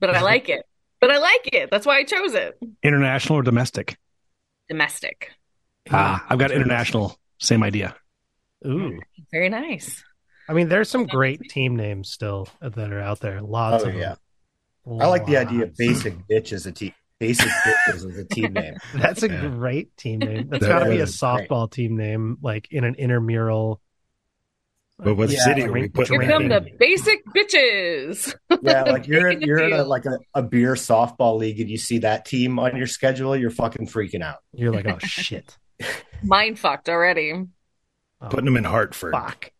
Speaker 4: But I like it. But I like it. That's why I chose it.
Speaker 2: international or domestic?
Speaker 4: Domestic.
Speaker 2: Ah, I've got international. Same idea.
Speaker 3: Ooh.
Speaker 4: Very nice.
Speaker 3: I mean, there's some great team names still that are out there. Lots
Speaker 8: Oh,
Speaker 3: of
Speaker 8: yeah.
Speaker 3: them.
Speaker 8: I like the idea of
Speaker 3: Lots.
Speaker 8: basic bitch as a team. Basic bitches as a team name.
Speaker 3: That's a
Speaker 1: Yeah.
Speaker 3: great team name. That's
Speaker 1: That
Speaker 3: got to be a
Speaker 8: is great.
Speaker 3: softball team name, like in an intramural.
Speaker 1: But what
Speaker 8: Yeah,
Speaker 1: city
Speaker 3: like
Speaker 1: are we
Speaker 3: Rink-
Speaker 1: putting
Speaker 4: Give
Speaker 3: Right.
Speaker 1: that
Speaker 4: them
Speaker 1: in?
Speaker 4: the basic bitches.
Speaker 8: Yeah, like you're in-
Speaker 4: Big
Speaker 8: you're in a,
Speaker 4: deal.
Speaker 8: like a, a beer softball league and you see that team on your schedule, you're fucking freaking out.
Speaker 3: You're like, oh shit,
Speaker 4: Mind fucked already.
Speaker 3: oh,
Speaker 1: Putting them in Hartford.
Speaker 3: Fuck,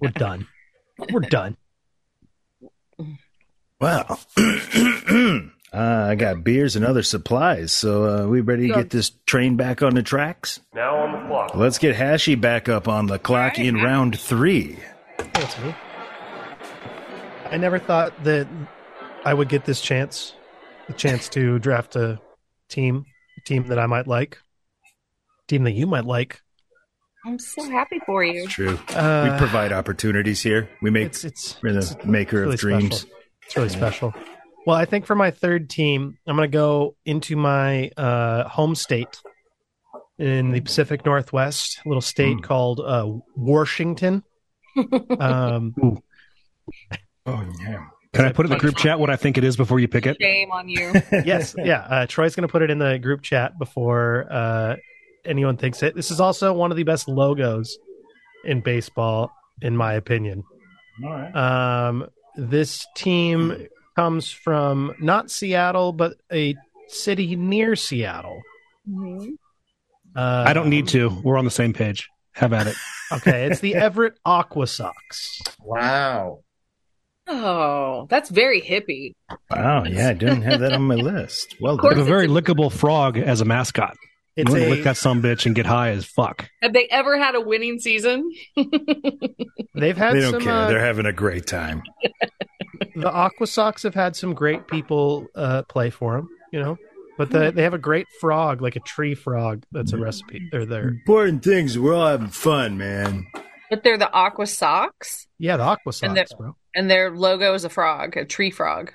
Speaker 3: we're done. We're done.
Speaker 1: Wow. uh, I got beers and other supplies, so uh, we ready to get this train back on the tracks?
Speaker 9: Now on the clock.
Speaker 1: Let's get Hashi back up on the clock in round three.
Speaker 3: That's me. I never thought that I would get this chance, the chance to draft a team, a team that I might like, team that you might like.
Speaker 4: I'm so happy for you.
Speaker 1: True.
Speaker 3: Uh,
Speaker 1: we provide opportunities here. We make
Speaker 3: it's it's
Speaker 1: we're the maker
Speaker 3: really
Speaker 1: of dreams.
Speaker 3: special. It's really special. Well, I think for my third team, I'm going to go into my uh, home state in the Pacific Northwest, a little state
Speaker 1: Hmm.
Speaker 3: called uh, Washington. um,
Speaker 1: Oh yeah.
Speaker 2: Can I put in the group chat what I think it is before you pick it?
Speaker 4: Shame on you.
Speaker 3: yes, yeah. Uh, Troy's going to put it in the group chat before uh, anyone thinks it. This is also one of the best logos in baseball, in my opinion.
Speaker 1: All right.
Speaker 3: Um, this team comes from not Seattle, but a city near Seattle.
Speaker 4: Mhm.
Speaker 3: Uh,
Speaker 2: I don't need to. We're on the same page. Have at it.
Speaker 3: Okay, it's the Everett Aqua Sox.
Speaker 8: Wow.
Speaker 4: Oh, that's very hippie.
Speaker 1: Wow. Yeah, I didn't have that on my list. Well
Speaker 4: Of course
Speaker 2: They
Speaker 1: done.
Speaker 2: have a very lickable frog as a mascot. I'm
Speaker 3: It's
Speaker 2: gonna
Speaker 3: a-
Speaker 2: lick that some bitch and get high as fuck.
Speaker 4: Have they ever had a winning season?
Speaker 3: They've had
Speaker 1: they don't
Speaker 3: some,
Speaker 1: care.
Speaker 3: uh,
Speaker 1: They're having a great time.
Speaker 3: the Aqua Sox have had some great people uh, play for them, you know. But the, they have a great frog, like a tree frog. That's a recipe. They're there.
Speaker 1: Important things. We're all having fun, man.
Speaker 4: But they're the Aqua Socks,
Speaker 3: Yeah, the Aqua
Speaker 4: and
Speaker 3: Sox,
Speaker 4: their
Speaker 3: bro.
Speaker 4: and their logo is a frog, a tree frog.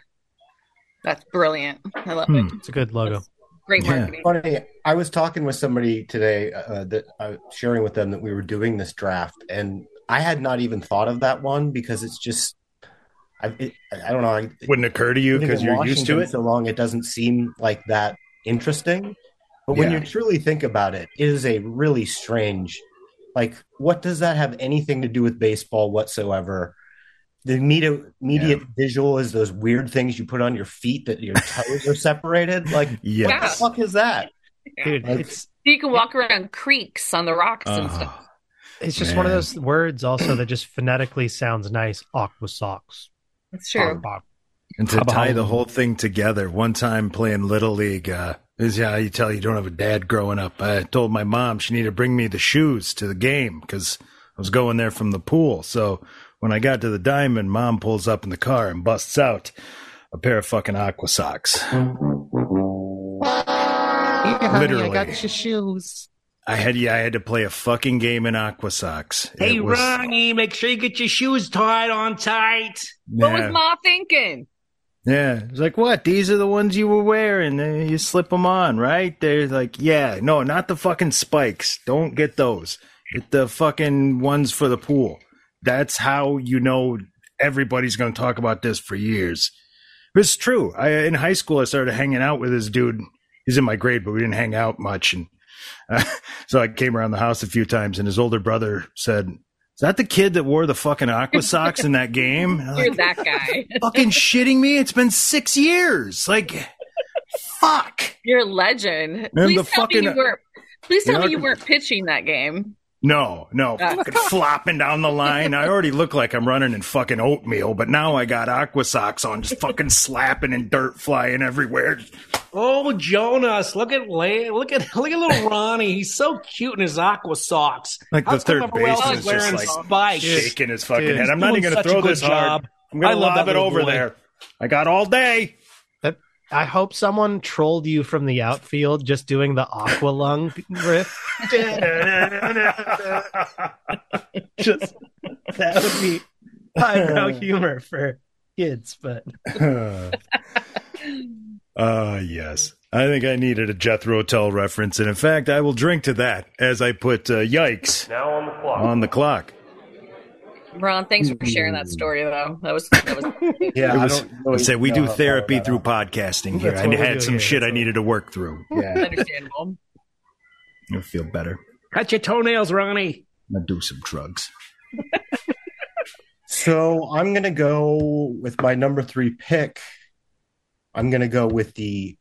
Speaker 4: That's brilliant. I love it.
Speaker 1: Hmm.
Speaker 3: It's a good logo.
Speaker 4: Great marketing.
Speaker 8: Funny, I was talking with somebody today uh, that I was sharing with them that we were doing this draft, and I had not even thought of that one because it's just, I, it, I don't know. I,
Speaker 1: Wouldn't occur to you
Speaker 8: living
Speaker 1: because
Speaker 8: in
Speaker 1: you're used to
Speaker 8: Washington
Speaker 1: it.
Speaker 8: So long, it doesn't seem like that interesting. But when
Speaker 1: Yeah.
Speaker 8: you truly think about it, it is a really strange. Like, what does that have anything to do with baseball whatsoever? The immediate, immediate visual is those weird things you put on your feet that your toes are separated. Like, what the
Speaker 1: Yes.
Speaker 8: fuck is that?
Speaker 3: Dude,
Speaker 8: Like-
Speaker 3: it's
Speaker 4: You can walk around creeks on the rocks
Speaker 1: Uh-huh.
Speaker 4: and stuff.
Speaker 3: it's just one of
Speaker 1: Man.
Speaker 3: those words also that just phonetically sounds nice. Aqua Sox.
Speaker 4: That's
Speaker 1: Oh,
Speaker 4: true.
Speaker 1: And to
Speaker 2: How about-
Speaker 1: tie the whole thing together, one time playing Little League, uh, this is how you tell you don't have a dad growing up. I told my mom she needed to bring me the shoes to the game because I was going there from the pool. So when I got to the diamond, mom pulls up in the car and busts out a pair of fucking aqua socks. Literally.
Speaker 3: your shoes.
Speaker 1: I had yeah, I had to play a fucking game in aqua socks. It was-
Speaker 2: Ronnie, make sure you get your shoes tied on tight.
Speaker 4: What
Speaker 1: Yeah.
Speaker 4: was Ma thinking?
Speaker 1: Yeah. It's like, what? These are the ones you were wearing. Uh, You slip them on, right? They're like, yeah, no, not the fucking spikes. Don't get those. Get the fucking ones for the pool. That's how you know everybody's going to talk about this for years. It's true. I in high school I started hanging out with this dude. He's in my grade, but we didn't hang out much. And uh, so I came around the house a few times, and his older brother said, "Is that the kid that wore the fucking aqua socks in that game?" And I'm like,
Speaker 4: You're that guy.
Speaker 1: fucking shitting me? It's been six years. Like, fuck.
Speaker 4: You're a legend.
Speaker 1: the
Speaker 4: Please tell
Speaker 1: fucking-
Speaker 4: me you were. Please tell
Speaker 1: Yeah.
Speaker 4: me you weren't pitching that game.
Speaker 1: No, no.
Speaker 4: Yeah.
Speaker 1: Fucking flopping down the line. I already look like I'm running in fucking oatmeal, but now I got aqua socks on, just fucking slapping and dirt flying everywhere.
Speaker 2: Oh, Jonas, look at La- look at look at little Ronnie. He's so cute in his aqua socks.
Speaker 1: Like the
Speaker 2: How come
Speaker 1: third
Speaker 2: everyone else
Speaker 1: baseman
Speaker 2: is
Speaker 1: is just,
Speaker 2: wearing
Speaker 1: like,
Speaker 2: spikes.
Speaker 1: Shaking his fucking
Speaker 3: Dude,
Speaker 1: head. I'm not
Speaker 2: doing
Speaker 1: even going
Speaker 2: such
Speaker 1: to
Speaker 2: a
Speaker 1: throw
Speaker 2: good
Speaker 1: this hard.
Speaker 2: job.
Speaker 1: I'm going
Speaker 2: I
Speaker 1: to lob
Speaker 2: love that
Speaker 1: it
Speaker 2: little
Speaker 1: over
Speaker 2: boy.
Speaker 1: there. I got all day.
Speaker 3: I hope someone trolled you from the outfield just doing the aqua lung riff. Just that would be highbrow humor for kids, but
Speaker 1: Uh yes. I think I needed a Jethro Tull reference, and in fact, I will drink to that as I put uh, yikes
Speaker 9: Now on the clock.
Speaker 1: on the clock.
Speaker 4: Ron, thanks for sharing
Speaker 1: Hmm.
Speaker 4: that story, though. That was that was
Speaker 8: Yeah,
Speaker 1: It was-
Speaker 8: I don't
Speaker 1: I
Speaker 8: really
Speaker 1: said we
Speaker 8: know
Speaker 1: do
Speaker 8: how to
Speaker 1: therapy
Speaker 8: follow that
Speaker 1: through
Speaker 8: up.
Speaker 1: podcasting here.
Speaker 3: That's
Speaker 1: I
Speaker 3: what we
Speaker 1: had
Speaker 3: do
Speaker 1: some
Speaker 3: here,
Speaker 1: shit I
Speaker 3: so-
Speaker 1: needed to work through.
Speaker 8: Yeah.
Speaker 4: understandable.
Speaker 1: I'll feel better.
Speaker 2: Cut your toenails, Ronnie.
Speaker 1: I'll do some drugs.
Speaker 8: So I'm gonna go with my number three pick. I'm gonna go with the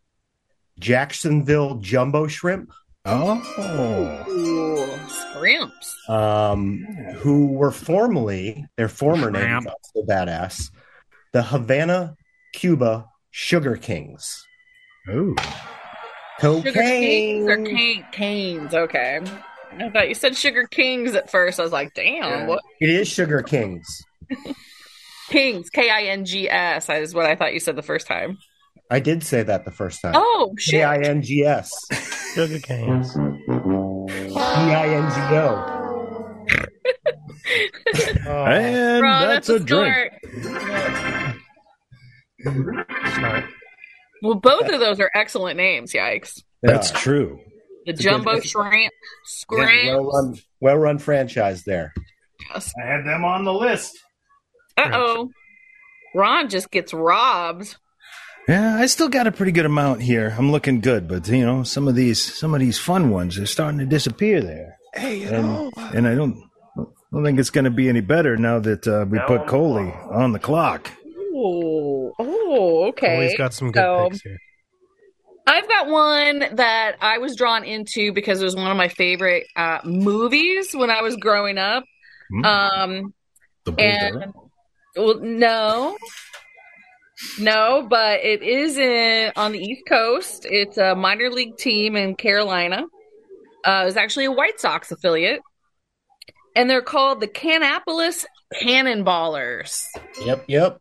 Speaker 8: Jacksonville Jumbo Shrimp.
Speaker 1: Oh,
Speaker 4: Ooh, scrimps.
Speaker 8: um, who were formerly their former name is
Speaker 2: Shrimp.
Speaker 8: also badass, the Havana, Cuba Sugar Kings.
Speaker 1: ooh,
Speaker 4: Sugar canes or
Speaker 8: Cocaine.
Speaker 4: cane, canes? Okay. I thought you said sugar kings at first. I was like, damn, what
Speaker 8: It is Sugar Kings.
Speaker 4: kings? K I N G S is what I thought you said the first time.
Speaker 8: I did say that the first time.
Speaker 4: Oh
Speaker 8: K
Speaker 4: shit!
Speaker 8: I N G S.
Speaker 3: sugar canes.
Speaker 8: P I N G O. Oh,
Speaker 1: and
Speaker 4: Ron,
Speaker 1: that's a drink.
Speaker 4: start. Well, both of those are excellent names. Yikes!
Speaker 1: That's true.
Speaker 4: The
Speaker 8: a good-
Speaker 4: jumbo shrimp,
Speaker 8: well um,
Speaker 4: scrimp.
Speaker 8: run, well run franchise there.
Speaker 1: I had them on the list.
Speaker 4: Uh oh, Ron just gets robbed.
Speaker 1: Yeah, I still got a pretty good amount here. I'm looking good, but you know, some of these, some of these fun ones are starting to disappear there,
Speaker 10: Hey, you
Speaker 1: and
Speaker 10: know, uh,
Speaker 1: and I don't, I don't think it's going to be any better now that uh, we put Coley on the clock.
Speaker 4: Oh, oh, okay.
Speaker 3: Always got some good
Speaker 4: So-
Speaker 3: picks here.
Speaker 4: I've got one that I was drawn into because it was one of my favorite uh, movies when I was growing up. Um,
Speaker 1: The Bull
Speaker 4: and-
Speaker 1: Durham.
Speaker 4: well, no, no, but it is in on the East Coast. It's a minor league team in Carolina, Uh, it was actually a White Sox affiliate, and they're called the Canapolis Cannonballers.
Speaker 8: Yep, yep.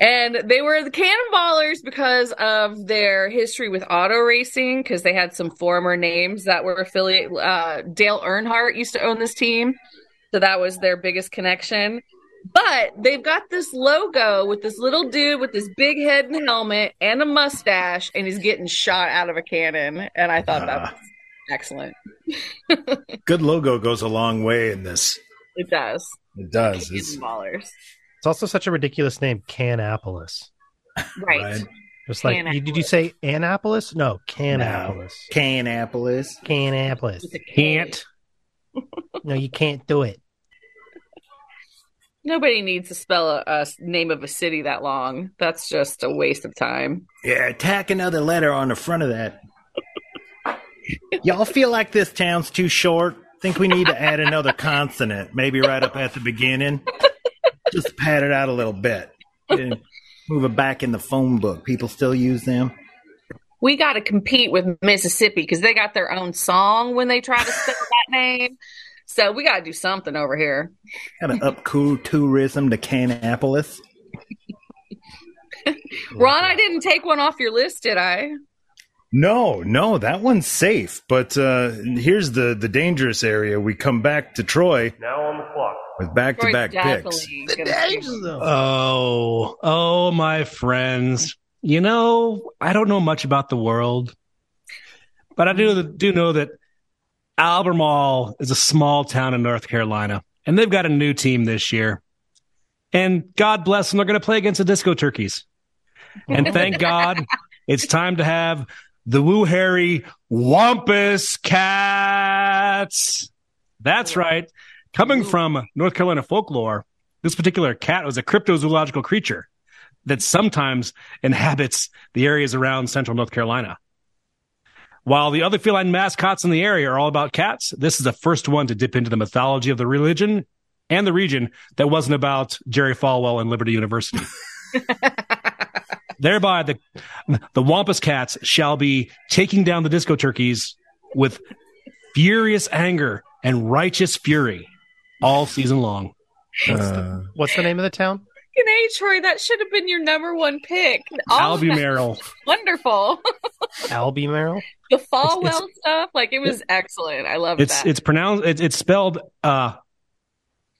Speaker 4: And they were the cannonballers because of their history with auto racing, because they had some former names that were affiliate. Uh, Dale Earnhardt used to own this team, so that was their biggest connection. But they've got this logo with this little dude with this big head and helmet and a mustache, and he's getting shot out of a cannon. And I thought that was excellent.
Speaker 1: Good logo goes a long way in this.
Speaker 4: It does.
Speaker 1: It does. It's,
Speaker 4: Cannonballers.
Speaker 3: It's also such a ridiculous name, Canapolis.
Speaker 4: Right.
Speaker 3: Just like you- did you say Annapolis? No, Canapolis.
Speaker 6: Canapolis.
Speaker 3: Canapolis.
Speaker 4: With a K.
Speaker 3: Can't. no, you can't do it.
Speaker 4: Nobody needs to spell a, a s- name of a city that long. That's just a waste of time.
Speaker 1: yeah, tack another letter on the front of that. Y'all feel like this town's too short? Think we need to add another consonant, maybe right up at the beginning? Just pad it out a little bit. And move it back in the phone book. People still use them.
Speaker 4: We got to compete with Mississippi because they got their own song when they try to spell that name. So we got to do something over here.
Speaker 1: Gotta up cool tourism to Canapolis.
Speaker 4: Ron, I didn't take one off your list, did I?
Speaker 1: No, no, that one's safe. But uh, here's the the dangerous area. We come back to Troy
Speaker 11: Now on the clock.
Speaker 1: with back to back picks.
Speaker 2: Oh, oh, my friends. You know, I don't know much about the world, but I do do know that Albemarle is a small town in North Carolina, and they've got a new team this year. And God bless them, they're going to play against the Disco Turkeys. And thank God it's time to have the Woo Harry Wampus Cats. That's right. Coming from North Carolina folklore, this particular cat was a cryptozoological creature that sometimes inhabits the areas around central North Carolina. While the other feline mascots in the area are all about cats, this is the first one to dip into the mythology of the religion and the region that wasn't about Jerry Falwell and Liberty University. Thereby, the the Wampus Cats shall be taking down the Disco Turkeys with furious anger and righteous fury all season long.
Speaker 1: Uh,
Speaker 3: What's the name of the town?
Speaker 4: Fucking A, Troy, that should have been your number one pick. All of that
Speaker 2: Albemarle.
Speaker 4: was wonderful.
Speaker 3: Albemarle.
Speaker 4: the Falwell
Speaker 2: It's-
Speaker 4: stuff, like it was excellent. I love
Speaker 2: It's
Speaker 4: that.
Speaker 2: it's pronounced. It's, it's spelled uh,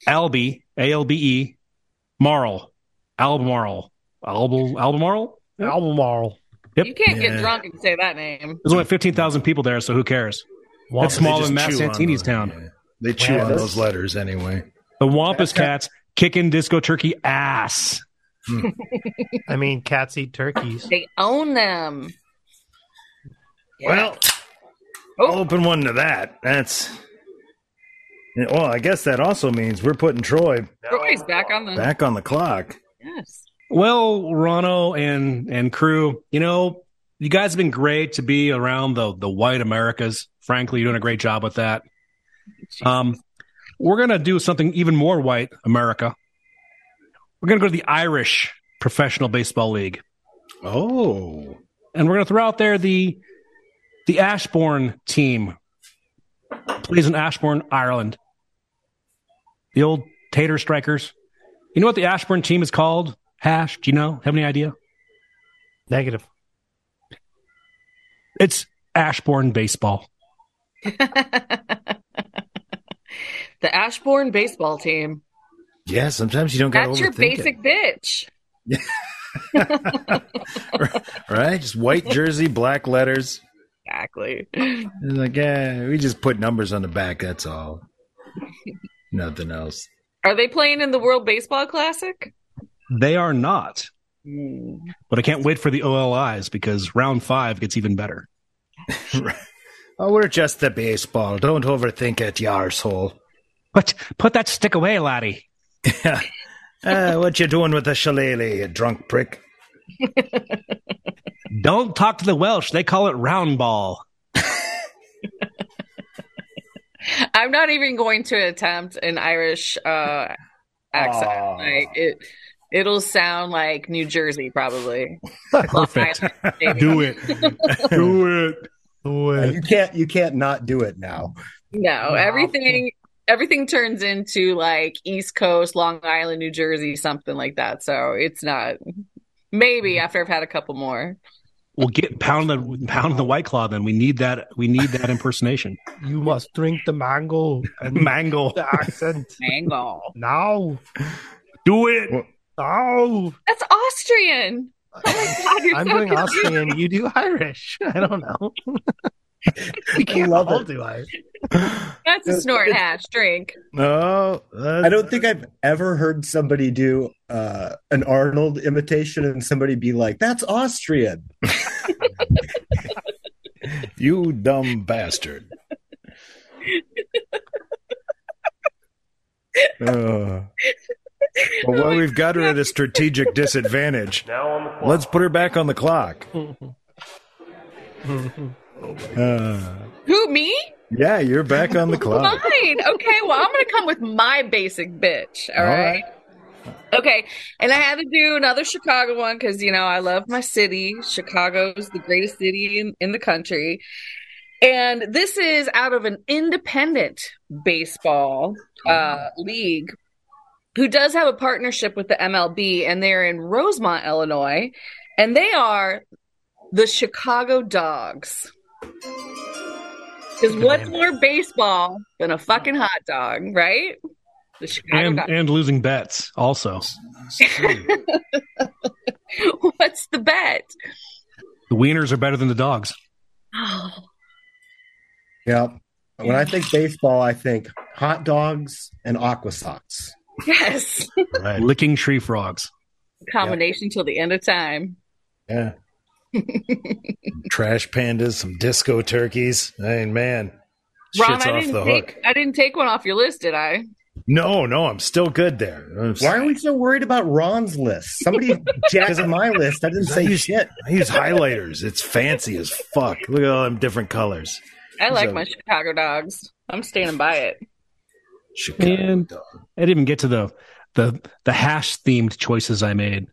Speaker 2: Albe A L B E, Marl, Albemarle, Albel Albemarle.
Speaker 3: Albemarle.
Speaker 2: Yep.
Speaker 4: you can't get drunk and say that name.
Speaker 2: There's only fifteen thousand people there, so who cares? That's
Speaker 1: Wampus-
Speaker 2: smaller than
Speaker 1: they
Speaker 2: Matt
Speaker 1: just chew on
Speaker 2: Santini's
Speaker 1: them,
Speaker 2: town.
Speaker 1: They chew
Speaker 2: Wow.
Speaker 1: on those letters anyway.
Speaker 2: The Wampus Cats kicking disco turkey ass.
Speaker 3: I mean, cats eat turkeys.
Speaker 4: They own them.
Speaker 1: Well, I'll open one to that. That's well, I guess that also means we're putting Troy
Speaker 4: Troy's back on the
Speaker 1: back on the clock.
Speaker 4: yes.
Speaker 2: Well, Rono and and crew, you know, you guys have been great to be around the the white Americas. Frankly, you're doing a great job with that. Um, we're gonna do something even more white America. We're gonna go to the Irish Professional Baseball League.
Speaker 1: Oh,
Speaker 2: and we're gonna throw out there the the Ashbourne team plays in Ashbourne, Ireland. The old Tater Strikers. You know what the Ashbourne team is called? Hash? Do you know? Have any idea?
Speaker 3: Negative.
Speaker 2: It's Ashbourne baseball.
Speaker 4: The Ashbourne baseball team.
Speaker 1: Yeah, sometimes you don't got
Speaker 4: That's
Speaker 1: to
Speaker 4: your
Speaker 1: overthink it,
Speaker 4: basic bitch.
Speaker 1: right? Just white jersey, black letters.
Speaker 4: Exactly.
Speaker 1: It's like, yeah, we just put numbers on the back. That's all. Nothing else.
Speaker 4: Are they playing in the World Baseball Classic?
Speaker 2: They are not.
Speaker 4: Mm.
Speaker 2: But I can't wait for the OLIs because round five gets even better.
Speaker 1: Oh, we're just the baseball. Don't overthink it, yarsehole.
Speaker 2: But put that stick away, laddie.
Speaker 1: Uh, what you doing with the shillelagh, you drunk prick?
Speaker 2: Don't talk to the Welsh. They call it round ball.
Speaker 4: I'm not even going to attempt an Irish uh, accent.
Speaker 8: Aw.
Speaker 4: Like it, it'll sound like New Jersey probably.
Speaker 2: Perfect. Do it. Do it.
Speaker 8: Uh, you can't you can't not do it now.
Speaker 4: No, everything everything turns into like East Coast, Long Island, New Jersey, something like that. So it's not. Maybe
Speaker 1: Hmm.
Speaker 4: after I've had a couple more.
Speaker 2: Well, get pound the pound the white claw. Then we need that. We need that impersonation.
Speaker 3: You must drink the mango and
Speaker 2: mango
Speaker 3: the accent.
Speaker 4: Mango.
Speaker 3: Now.
Speaker 2: Do it.
Speaker 3: Now.
Speaker 4: That's Austrian. Oh my god, you're
Speaker 3: I'm
Speaker 4: so
Speaker 3: doing
Speaker 4: confused.
Speaker 3: Austrian. You do Irish. I don't know. we can't
Speaker 8: love
Speaker 3: all
Speaker 8: it.
Speaker 3: do Irish.
Speaker 4: That's a snort hash drink.
Speaker 1: No, uh,
Speaker 8: I don't think I've ever heard somebody do uh, an Arnold imitation and somebody be like, "That's Austrian."
Speaker 1: you dumb bastard. Uh, well, while we've got her at a strategic disadvantage, let's put her back on the clock. Uh,
Speaker 4: Who me?
Speaker 1: yeah, you're back on the clock.
Speaker 4: Fine. Okay. Well, I'm gonna come with my basic bitch. All
Speaker 1: All
Speaker 4: right. Okay. And I had to do another Chicago one because you know I love my city. Chicago's the greatest city in, in the country. And this is out of an independent baseball uh, league who does have a partnership with the MLB, and they're in Rosemont, Illinois, and they are the Chicago Dogs. Because what's more baseball than a fucking hot dog, right? The Chicago
Speaker 2: and
Speaker 4: Dogs.
Speaker 2: and losing bets also.
Speaker 4: what's the bet?
Speaker 2: The wieners are better than the dogs.
Speaker 8: Yeah. When I think baseball, I think hot dogs and aqua socks.
Speaker 4: yes.
Speaker 2: Licking tree frogs.
Speaker 4: Combination till the end of time.
Speaker 1: Yeah. Trash pandas, some disco turkeys. Hey, man.
Speaker 4: Ron,
Speaker 1: Shit's
Speaker 4: I
Speaker 1: off
Speaker 4: didn't
Speaker 1: the hook.
Speaker 4: take I didn't take one off your list, did I?
Speaker 1: No, no, I'm still good there.
Speaker 8: Why are we so worried about Ron's list? Somebody jacked my list. I didn't
Speaker 1: I
Speaker 8: say
Speaker 1: use,
Speaker 8: shit.
Speaker 1: I use highlighters. It's fancy as fuck. Look at all them different colors.
Speaker 4: I like
Speaker 1: So-
Speaker 4: my Chicago dogs. I'm standing by it.
Speaker 2: Man, I didn't even get to the the the hash themed choices I made.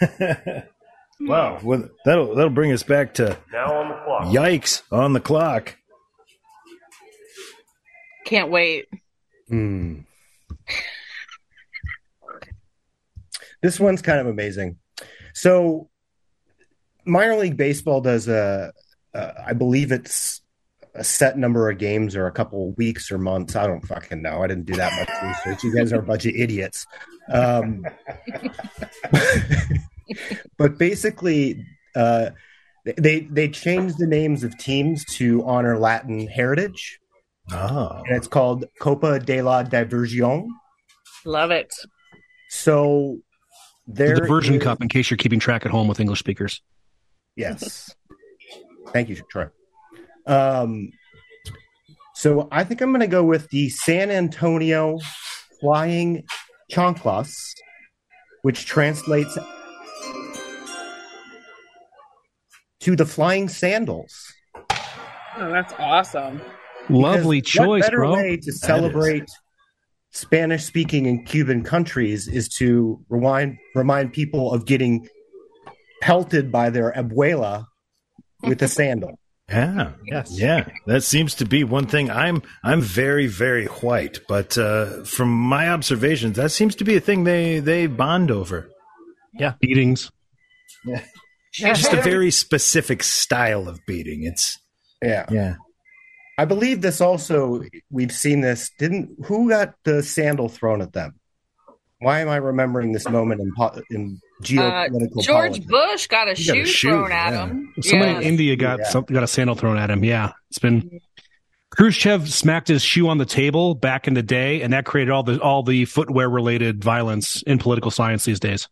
Speaker 1: Wow, well, that'll that'll bring us back to
Speaker 9: Now on the clock.
Speaker 1: yikes on the clock.
Speaker 4: Can't wait.
Speaker 8: Mm. This one's kind of amazing. So, minor league baseball does a, uh, I believe it's a set number of games or a couple of weeks or months. I don't fucking know. I didn't do that much research. You guys are a bunch of idiots. Um, but basically, uh, they they changed the names of teams to honor Latin heritage,
Speaker 1: Oh,
Speaker 8: and it's called Copa de la Diversion.
Speaker 4: Love it.
Speaker 8: So there
Speaker 2: the Virgin
Speaker 8: is-
Speaker 2: Cup, in case you're keeping track at home with English speakers.
Speaker 8: Yes. Thank you, Troy. Um, so I think I'm going to go with the San Antonio Flying Chonklas, which translates to the Flying Sandals.
Speaker 4: Oh, that's awesome.
Speaker 2: Lovely
Speaker 8: Because what
Speaker 2: choice,
Speaker 8: better
Speaker 2: bro.
Speaker 8: way to celebrate Spanish speaking and Cuban countries is to remind remind people of getting pelted by their abuela with a sandal.
Speaker 1: Yeah.
Speaker 8: Yes.
Speaker 1: Yeah. That seems to be one thing. I'm I'm very, very white, but uh from my observations, that seems to be a thing they they bond over.
Speaker 2: Beatings.
Speaker 1: Just a very specific style of beating. It's
Speaker 8: Yeah.
Speaker 1: yeah.
Speaker 8: I believe this also we've seen this. Didn't who got the sandal thrown at them? Why am I remembering this moment in po- in
Speaker 4: Uh,
Speaker 8: geopolitical
Speaker 4: George
Speaker 8: politics?
Speaker 4: Bush got a
Speaker 1: He got
Speaker 4: shoe
Speaker 1: a shoe,
Speaker 4: thrown at
Speaker 1: yeah.
Speaker 4: him.
Speaker 2: Somebody in
Speaker 4: Yeah.
Speaker 2: India got
Speaker 8: Yeah.
Speaker 2: some, got a sandal thrown at him. Yeah, it's been. Khrushchev smacked his shoe on the table back in the day, and that created all the all the footwear related violence in political science these days.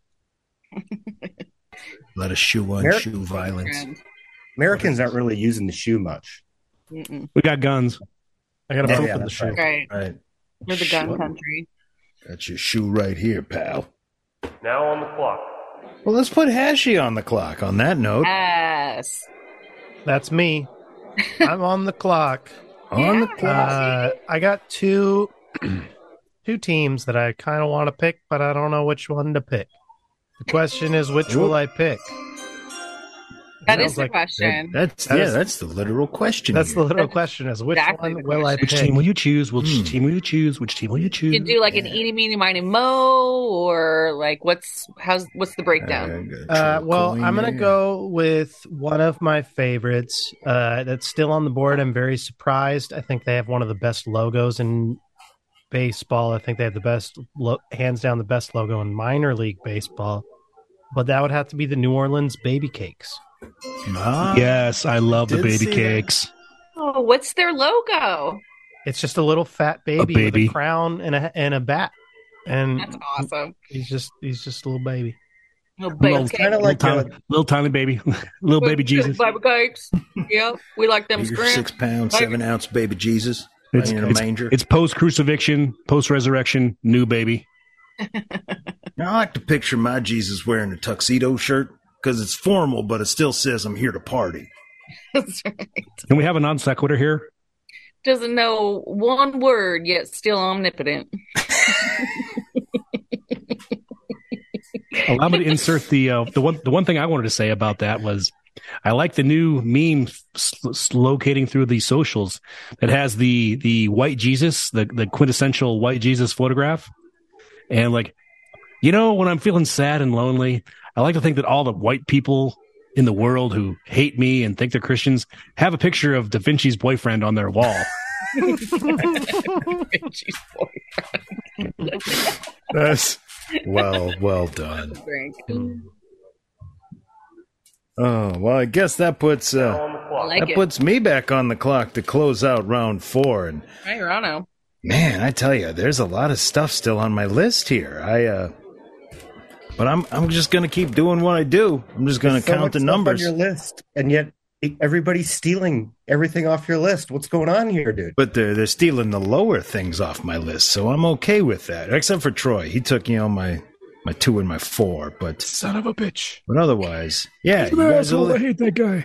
Speaker 1: A lot of shoe on
Speaker 8: Mer-
Speaker 1: shoe violence.
Speaker 8: Americans aren't really using the shoe much.
Speaker 4: Mm-mm.
Speaker 2: We got guns.
Speaker 3: I got to
Speaker 8: Yeah,
Speaker 3: open
Speaker 8: yeah,
Speaker 3: the
Speaker 8: that's
Speaker 3: show.
Speaker 8: right.
Speaker 4: Right.
Speaker 1: Right.
Speaker 4: We're the gun country.
Speaker 1: That's your shoe right here, pal.
Speaker 9: Now on the clock.
Speaker 1: Well, let's put Hashi on the clock on that note.
Speaker 4: Yes.
Speaker 3: That's me. I'm on the clock.
Speaker 1: on the clock.
Speaker 3: Uh, I got two two teams that I kind of want to pick, but I don't know which one to pick. The question is, which will I pick?
Speaker 4: That is the question.
Speaker 1: That's
Speaker 3: That
Speaker 1: yeah,
Speaker 3: is-
Speaker 1: that's the literal question.
Speaker 3: That's the
Speaker 1: here.
Speaker 3: literal question: is which
Speaker 4: Exactly
Speaker 3: one
Speaker 4: the
Speaker 3: will I
Speaker 2: Which
Speaker 3: pick?
Speaker 2: team will you choose? Which
Speaker 8: Hmm.
Speaker 2: team will you choose? Which team will you
Speaker 4: You
Speaker 2: choose?
Speaker 4: could do like an eeny, meeny, miny, mo, or like what's how's what's the breakdown?
Speaker 3: Uh, well, I'm going to go with one of my favorites uh, that's still on the board. I'm very surprised. I think they have one of the best logos in baseball. I think they have the best, lo- hands down, the best logo in minor league baseball. But that would have to be the New Orleans Baby Cakes.
Speaker 2: Yes, I love the
Speaker 3: Did
Speaker 2: baby
Speaker 3: see that.
Speaker 2: cakes.
Speaker 4: Oh, what's their logo?
Speaker 3: It's just a little fat baby,
Speaker 2: baby.
Speaker 3: with a crown and a and a bat, and
Speaker 4: That's awesome.
Speaker 3: he's just he's just a little baby.
Speaker 4: Little
Speaker 2: Little,
Speaker 4: baby cakes.
Speaker 2: little tiny, little tiny baby, little baby Jesus.
Speaker 4: Baby cakes. yeah, we like them
Speaker 1: Your
Speaker 4: scrimp.
Speaker 1: six pound, seven ounce baby Jesus
Speaker 2: It's,
Speaker 1: laying in a manger.
Speaker 2: post crucifixion, post resurrection, new baby.
Speaker 1: Now, I like to picture my Jesus wearing a tuxedo shirt because it's formal, but it still says I'm here to party.
Speaker 4: That's right.
Speaker 2: And we have a non sequitur here.
Speaker 4: Doesn't know one word yet still omnipotent.
Speaker 2: Allow me to insert the uh, the one the one thing I wanted to say about that was I like the new meme s- s- locating through the socials that has the the white Jesus, the the quintessential white Jesus photograph, and like you know when I'm feeling sad and lonely, I like to think that all the white people in the world who hate me and think they're Christians have a picture of Da Vinci's boyfriend on their wall.
Speaker 4: She's boyfriend.
Speaker 1: That's well, well done.
Speaker 4: Drink.
Speaker 1: Oh well, I guess that puts uh,
Speaker 4: I like
Speaker 1: that
Speaker 4: it.
Speaker 1: puts me back on the clock to close out round four. And
Speaker 4: Hey, Rano.
Speaker 1: man, I tell you, there's a lot of stuff still on my list here. I, uh but I'm I'm just gonna keep doing what I do. I'm just gonna
Speaker 8: There's so much
Speaker 1: count the
Speaker 8: stuff
Speaker 1: numbers.
Speaker 8: on your list, and yet e- everybody's stealing everything off your list. What's going on here, dude?
Speaker 1: But they're they're stealing the lower things off my list, so I'm okay with that. Except for Troy, he took you know my my two and my four, but
Speaker 10: Son of a bitch.
Speaker 1: but otherwise, yeah,
Speaker 10: He's
Speaker 1: you
Speaker 10: an
Speaker 1: guys
Speaker 10: asshole.
Speaker 1: will-
Speaker 10: I hate that guy.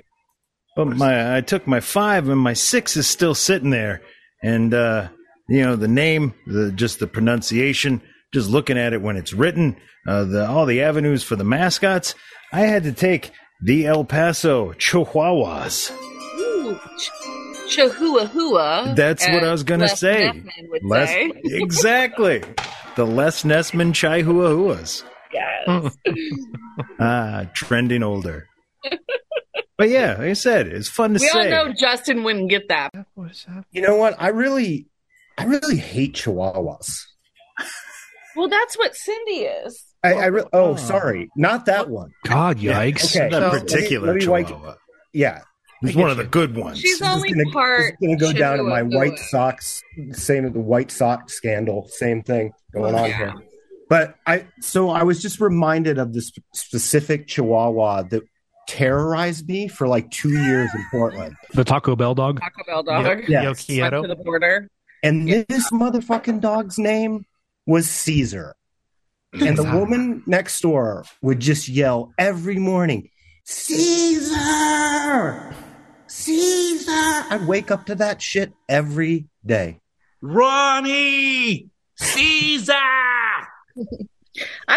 Speaker 1: But my I took my five and my six is still sitting there, and uh, you know the name, the just the pronunciation, just looking at it when it's written, uh, the all the avenues for the mascots. I had to take the El Paso Chihuahuas.
Speaker 4: Ooh, Chihuahua. hua.
Speaker 1: That's what I was gonna say.
Speaker 4: Would
Speaker 1: Les-
Speaker 4: say.
Speaker 1: exactly, the Les Nessman Chihuahuas.
Speaker 8: Hmm,
Speaker 4: Yes.
Speaker 1: Ah, trending older. but yeah, like I said, it's fun to
Speaker 4: we all
Speaker 1: say.
Speaker 4: know Justin wouldn't get that.
Speaker 8: You know what? I really, I really hate Chihuahuas.
Speaker 4: Well, that's what Cindy is.
Speaker 8: I, I re- oh, sorry, not that one.
Speaker 2: God,
Speaker 1: Yeah,
Speaker 2: yikes!
Speaker 8: Okay,
Speaker 1: That
Speaker 8: so let me-
Speaker 1: particular
Speaker 8: let me wipe-
Speaker 1: Chihuahua.
Speaker 8: Yeah,
Speaker 1: It's one of the good ones.
Speaker 4: She's only
Speaker 8: gonna- this
Speaker 4: part.
Speaker 8: is going to go down in my
Speaker 4: Chihuahua.
Speaker 8: White Sox, same as the White Sox scandal, same thing going on
Speaker 4: Yeah.
Speaker 8: here. But I, so I was just reminded of this specific Chihuahua that terrorized me for like two years in Portland,
Speaker 2: The Taco Bell dog.
Speaker 4: Taco Bell dog.
Speaker 8: Yeah.
Speaker 3: Yo
Speaker 4: Went
Speaker 3: Kyoto.
Speaker 4: to the border.
Speaker 8: and this motherfucking dog's name was Caesar. And the woman next door would just yell every morning, Caesar, Caesar. I'd wake up to that shit every day.
Speaker 2: Ronnie Caesar.
Speaker 4: I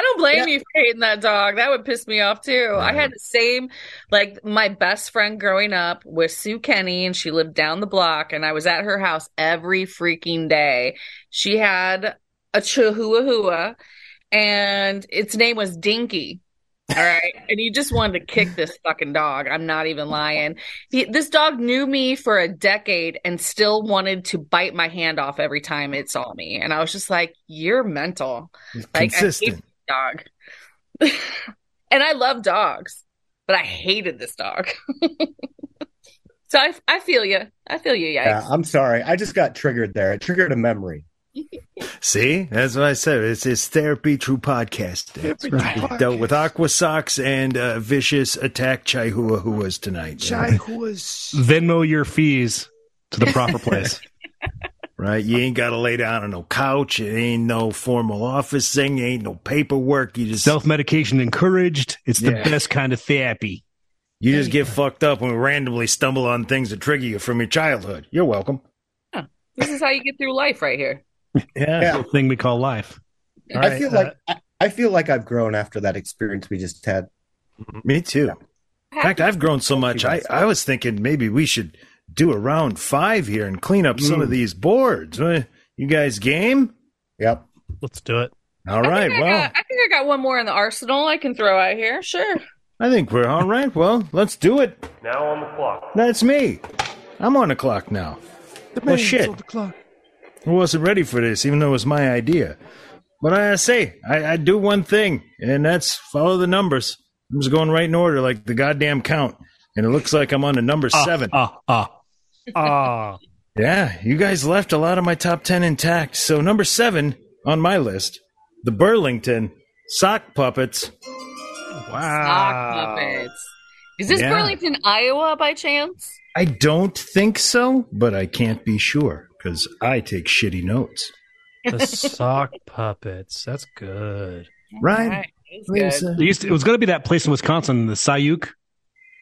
Speaker 4: don't blame
Speaker 8: Yeah.
Speaker 4: you for hating that dog. That would piss me off too. I had the same, like my best friend growing up was Sue Kenny, and she lived down the block, and I was at her house every freaking day. She had a chihuahua, and its name was Dinky. All right, and you just wanted to kick this fucking dog. I'm not even lying. He, this dog knew me for a decade and still wanted to bite my hand off every time it saw me, and I was just like, "You're mental."
Speaker 1: It's
Speaker 4: Like, I hate
Speaker 1: consistent.
Speaker 4: dog. and I love dogs, but I hated this dog. so I, I feel you. I feel you. Yikes.
Speaker 8: Yeah, I'm sorry. I just got triggered there. It triggered a memory.
Speaker 1: See, that's what I said. It's it's therapy through podcasting.
Speaker 10: Therapy through
Speaker 1: We dealt with Aqua Socks and uh, Vicious Attack Chihuahuas tonight.
Speaker 10: Chihuahuas.
Speaker 2: Venmo your fees to the proper place.
Speaker 1: Right? You ain't got to lay down on no couch. It ain't no formal office thing. It ain't no paperwork. You just
Speaker 2: Self medication encouraged. It's the
Speaker 1: Yeah.
Speaker 2: best kind of therapy.
Speaker 1: you just get fucked up and randomly stumble on things that trigger you from your childhood. You're welcome.
Speaker 4: This is how you get through life right here.
Speaker 1: Yeah.
Speaker 2: Little thing we call life.
Speaker 3: All
Speaker 8: I
Speaker 3: right,
Speaker 8: feel
Speaker 3: uh,
Speaker 8: like I, I feel like I've grown after that experience we just had.
Speaker 1: Me too. In fact, I've grown so much. I, I was thinking maybe we should do a round five here and clean up some of these boards. Uh, You guys game?
Speaker 8: Yep.
Speaker 3: Let's do it.
Speaker 1: All right.
Speaker 4: I,
Speaker 1: well,
Speaker 4: got, I think I got one more in the arsenal I can throw out here. Sure.
Speaker 1: I think we're all right. Well, let's do it.
Speaker 7: Now on the clock.
Speaker 1: That's me. I'm on the clock now. well, shit. I wasn't ready for this, even though it was my idea. But I say, I, I do one thing, and that's follow the numbers. I'm just going right in order, like the goddamn count. And it looks like I'm on the number seven.
Speaker 2: Ah, ah.
Speaker 3: Ah.
Speaker 1: Yeah, you guys left a lot of my top 10 intact. So, number seven on my list the Burlington sock puppets.
Speaker 4: Sock puppets. Is this
Speaker 1: Yeah.
Speaker 4: Burlington, Iowa, by chance?
Speaker 1: I don't think so, but I can't be sure because I take shitty notes.
Speaker 3: The sock puppets. That's good.
Speaker 1: Right?
Speaker 2: They used to- it was going to be that place in Wisconsin, the Sayuk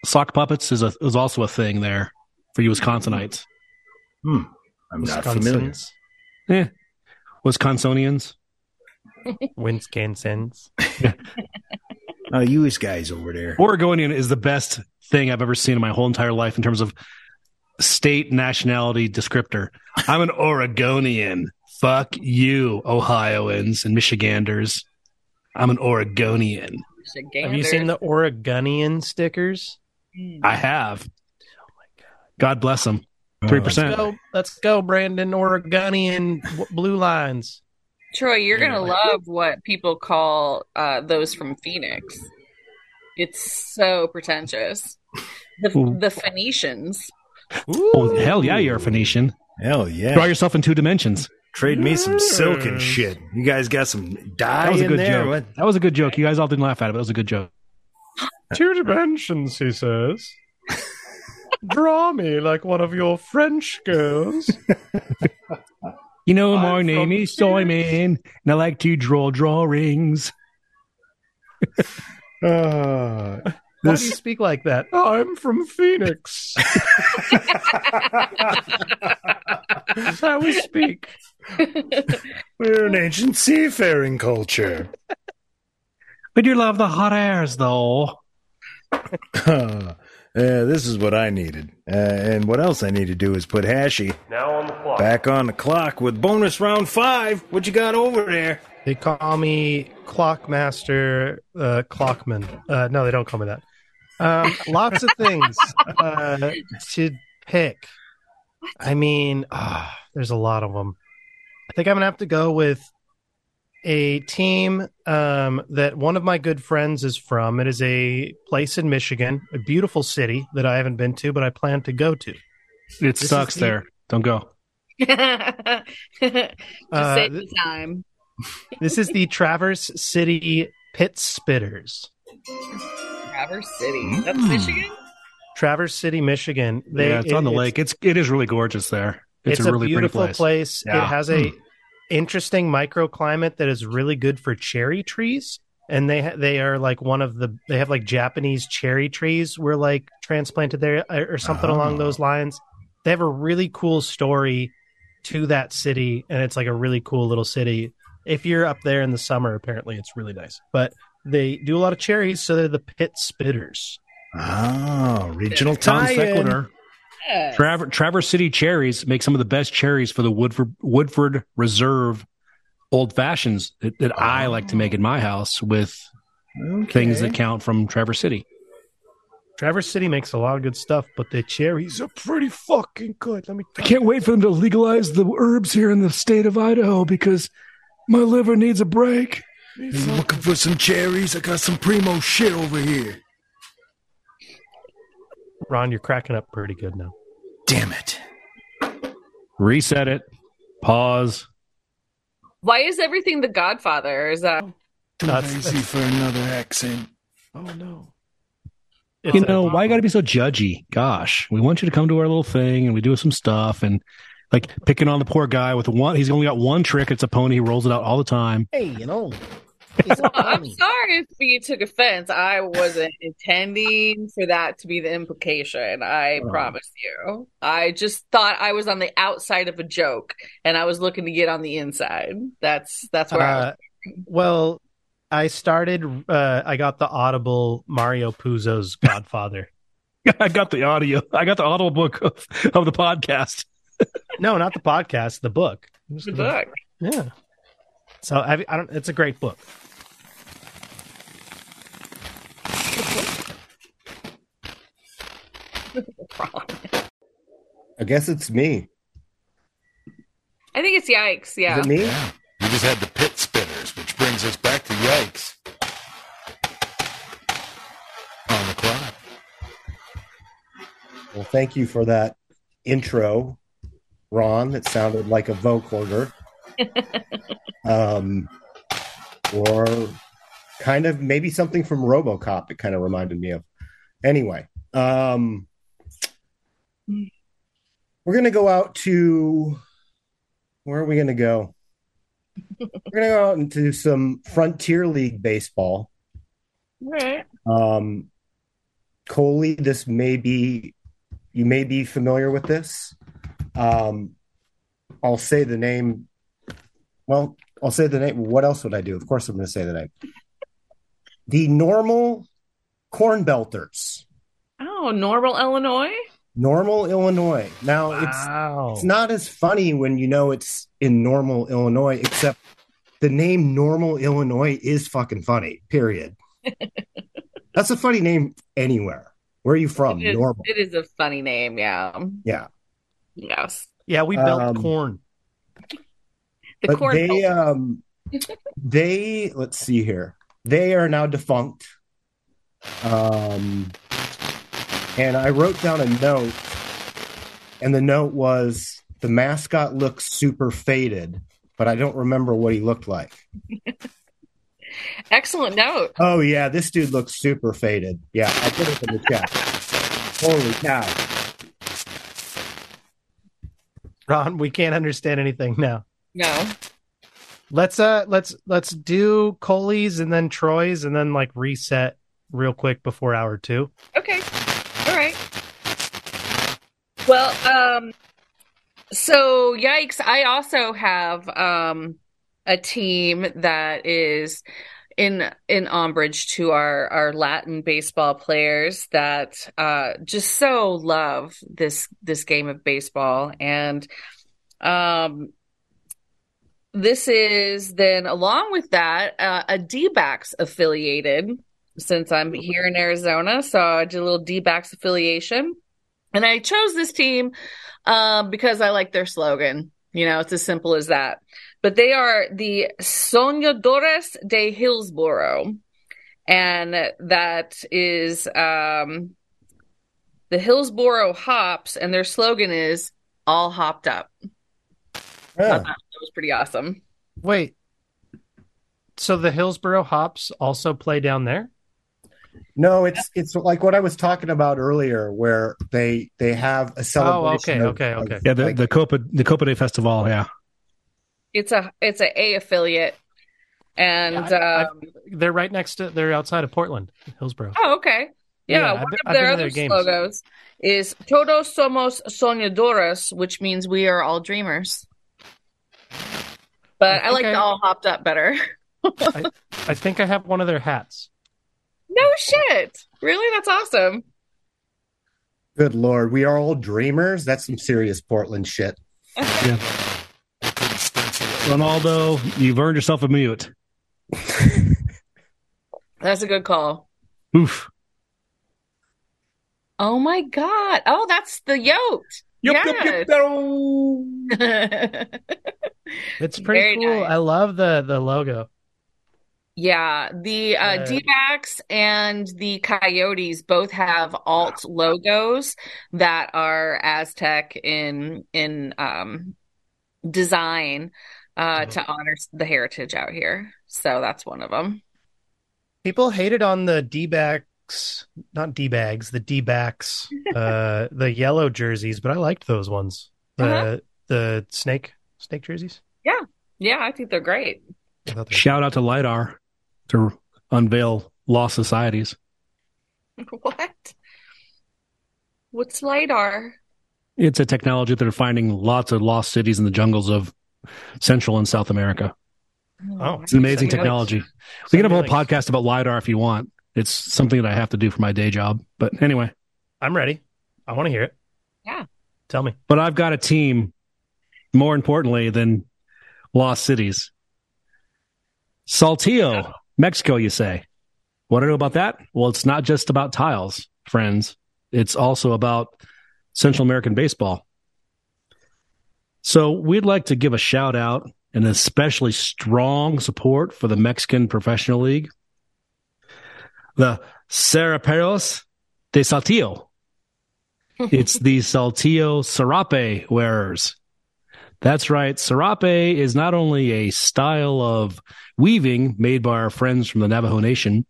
Speaker 2: sock puppets is a, is also a thing there for you Wisconsinites.
Speaker 1: Hmm. I'm not familiar.
Speaker 2: Yeah. Wisconsinians.
Speaker 3: Wisconsin's.
Speaker 1: Oh, you guys over there.
Speaker 2: Oregonian is the best thing I've ever seen in my whole entire life in terms of state nationality descriptor. I'm an Oregonian. Fuck you, Ohioans and Michiganders. I'm an Oregonian.
Speaker 3: Have you seen the Oregonian stickers?
Speaker 4: Hmm.
Speaker 2: I have. God bless them. Three
Speaker 3: Let's
Speaker 2: percent.
Speaker 3: go, let's go, Brandon. Oregonian w- blue lines.
Speaker 4: Troy, you're gonna love what people call uh, those from Phoenix. It's so pretentious. The,
Speaker 2: Ooh.
Speaker 4: the Phoenicians.
Speaker 2: Oh hell yeah, you're a Phoenician.
Speaker 1: Hell yeah.
Speaker 2: Draw yourself in two dimensions.
Speaker 1: Trade me some silk and shit. You guys got some dye
Speaker 2: That was a
Speaker 1: in
Speaker 2: good
Speaker 1: there?
Speaker 2: joke.
Speaker 1: What?
Speaker 2: That was a good joke. You guys all didn't laugh at it, but it was a good joke.
Speaker 3: Two dimensions, he says. Draw me like one of your French girls.
Speaker 2: You know, my name is Simon, and I like to draw drawings.
Speaker 3: Why do you speak like that? I'm from Phoenix. That's how we speak.
Speaker 1: We're an ancient seafaring culture.
Speaker 2: We do love the hot airs, though.
Speaker 1: Uh, this is what I needed. Uh, and what else I need to do is put Hashi
Speaker 7: Now on the clock.
Speaker 1: back on the clock with bonus round five. What you got over there?
Speaker 3: They call me Clockmaster, uh, Clockman. Uh, no, they don't call me that. Um, lots of things uh, to pick. I mean, ah, there's a lot of them. I think I'm gonna have to go with a team um, that one of my good friends is from. It is a place in Michigan, a beautiful city that I haven't been to, but I plan to go to.
Speaker 2: It
Speaker 3: is
Speaker 2: sucks
Speaker 3: the-
Speaker 2: there. Don't go.
Speaker 4: Just
Speaker 3: Uh,
Speaker 4: save
Speaker 3: th-
Speaker 4: the time.
Speaker 3: This is the Traverse City Pit Spitters.
Speaker 4: Traverse City. That's
Speaker 3: Hmm.
Speaker 4: Michigan?
Speaker 3: Traverse City, Michigan. They,
Speaker 2: yeah, it's
Speaker 3: it-
Speaker 2: on the lake. It's it is really gorgeous there. It's, a really pretty
Speaker 3: beautiful
Speaker 2: place.
Speaker 3: It
Speaker 2: Yeah. Hmm.
Speaker 3: has a interesting microclimate that is really good for cherry trees. And they ha- they are like one of the they have like Japanese cherry trees were like transplanted there uh, or something
Speaker 2: Oh.
Speaker 3: along those lines. They have a really cool story to that city, and it's like a really cool little city. If you're up there in the summer, apparently it's really nice. But they do a lot of cherries, so they're the pit spitters.
Speaker 1: Oh, regional
Speaker 2: Tom
Speaker 1: tie
Speaker 2: Sequitur,
Speaker 4: Yes.
Speaker 2: Traver- Traverse City cherries make some of the best cherries for the Woodford Woodford Reserve old fashions that, that I like to make in my house with things that count from Traverse City.
Speaker 3: Traverse City makes a lot of good stuff, but the cherries are
Speaker 10: Pretty fucking good. Let me.
Speaker 2: I can't wait for them to legalize the herbs here in the state of Idaho because my liver needs a break.
Speaker 1: Looking for some cherries. I got some primo shit over here.
Speaker 3: Ron, you're cracking up pretty good now.
Speaker 1: Damn it.
Speaker 2: Reset it. Pause.
Speaker 4: Why is everything the Godfather? Is that
Speaker 10: Too
Speaker 3: That's-
Speaker 10: lazy for another accent. Oh no.
Speaker 3: It's
Speaker 2: you
Speaker 3: a-
Speaker 2: know, why you got to be so judgy? Gosh, we want you to come to our little thing and we do some stuff and like picking on the poor guy with one. He's only got one trick. It's a pony. He rolls it out all the time.
Speaker 5: Hey, you know.
Speaker 4: I'm sorry if you took offense. I wasn't intending for that to be the implication. I
Speaker 8: Oh.
Speaker 4: promise you. I just thought I was on the outside of a
Speaker 8: Uh,
Speaker 4: joke and I was looking to get on the inside. That's that's where I was.
Speaker 3: Uh, well, I started. Uh, I got the Audible Mario Puzo's Godfather.
Speaker 2: I got the audio. I got the audio book of, of the podcast.
Speaker 3: no, not the podcast. The book. It was
Speaker 4: The book.
Speaker 3: Yeah. So I, I don't. It's a great book.
Speaker 8: I guess it's me.
Speaker 4: I think it's yikes. Yeah.
Speaker 8: Is it me?
Speaker 11: You just had the pit spinners, which brings us back to yikes. On the clock.
Speaker 8: Well, thank you for that intro, Ron. That sounded like a vocoder. um, or kind of maybe something from Robocop, it kind of reminded me of. Anyway, um, we're going to go out to where are we going to go? we're going to go out into some Frontier League baseball.
Speaker 4: Right.
Speaker 8: Um, Coley, this may be you may be familiar with this. Um, I'll say the name. Well, I'll say the name. What else would I do? Of course, I'm going to say the name. The normal corn belters,
Speaker 4: Oh, normal Illinois.
Speaker 8: normal Illinois. Now it's it's not as funny when you know it's in normal Illinois, except the name normal Illinois is fucking funny. Period. That's a funny name anywhere. Where are you from?
Speaker 4: It is,
Speaker 8: Normal.
Speaker 4: it is a funny name. Yeah.
Speaker 8: Yeah.
Speaker 4: Yes.
Speaker 3: Yeah, we
Speaker 8: built
Speaker 3: built
Speaker 8: Um,
Speaker 3: corn.
Speaker 4: The
Speaker 8: but
Speaker 4: corn
Speaker 8: they
Speaker 4: belt.
Speaker 8: um they let's see here they are now defunct um and i wrote down a note and the note was the mascot looks super faded but i don't remember what he looked like
Speaker 4: Excellent note.
Speaker 8: oh yeah this dude looks super faded yeah i put it in the chat holy cow
Speaker 3: Ron, we can't understand anything now.
Speaker 4: No.
Speaker 3: Let's uh, let's let's do Coley's and then Troy's and then like reset real quick before hour two.
Speaker 4: Okay. All right. Well, um, so yikes, I also have um a team that is in in homage to our our Latin baseball players that uh just so love this this game of baseball and um this is then along with that uh, a d-backs affiliated since i'm here in arizona so i did a little d-backs affiliation and i chose this team um, because i like their slogan you know it's as simple as that but they are the soñadores de hillsboro and that is um, the hillsboro hops and their slogan is all hopped up I thought that was pretty awesome
Speaker 3: Wait. So the Hillsboro Hops also play down there?
Speaker 8: no it's it's like what i was talking about earlier where they they have a celebration
Speaker 3: okay,
Speaker 8: of-
Speaker 3: Oh, okay, okay.
Speaker 8: of
Speaker 2: Yeah, the, the Copa the Copa de Festival. Yeah,
Speaker 4: It's a it's a A affiliate, and
Speaker 3: I-
Speaker 4: um,
Speaker 3: They're right next to. They're outside of Portland, Hillsboro.
Speaker 4: oh, okay, yeah.
Speaker 3: Yeah, I've
Speaker 4: one
Speaker 3: been-
Speaker 4: of
Speaker 3: I've
Speaker 4: their
Speaker 3: been to
Speaker 4: other
Speaker 3: their games.
Speaker 4: logos is "Todos somos soñadores," which means we are all dreamers. But I like
Speaker 3: Okay.
Speaker 4: the all hopped up better.
Speaker 3: I, I think I have one of their hats.
Speaker 4: No shit, really? That's awesome.
Speaker 8: Good lord, we are all dreamers. That's some serious Portland shit.
Speaker 2: Ronaldo, you've earned yourself a mute.
Speaker 4: That's a good call.
Speaker 2: Oof.
Speaker 4: Oh my god! Oh, that's the yoked. yes.
Speaker 3: It's pretty
Speaker 4: Very
Speaker 3: cool. I love the the logo.
Speaker 4: Yeah, the uh,
Speaker 3: Uh,
Speaker 4: D-backs and the Coyotes both have alt logos that are Aztec in in um design uh to honor the heritage out here. So that's one of them.
Speaker 3: People hated on the D backs, not D bags, the D backs, uh, the yellow jerseys, but I liked those ones. The
Speaker 4: Uh-huh.
Speaker 3: the snake snake jerseys.
Speaker 4: Yeah, I think they're great.
Speaker 3: I thought they-
Speaker 2: Shout out to LIDAR to unveil Lost Societies.
Speaker 4: What? What's LiDAR?
Speaker 2: It's a technology that are finding lots of lost cities in the jungles of Central and South America.
Speaker 3: Oh,
Speaker 2: It's an amazing technology. We can have a whole
Speaker 3: Something
Speaker 2: podcast about LiDAR if you want. It's something that I have to do for my day job. But anyway,
Speaker 3: I'm ready. I want to hear it.
Speaker 4: Yeah.
Speaker 3: Tell me.
Speaker 2: but I've got a team more importantly than Lost Cities. Saltillo, Mexico, you say. What do I know about that? Well, it's not just about tiles, friends. It's also about Central American baseball. So we'd like to give a shout out and especially strong support for the Mexican Professional League, the Seraperos de Saltillo. it's the Saltillo Serape wearers. That's right. Serape is not only a style of weaving made by our friends from the Navajo Nation.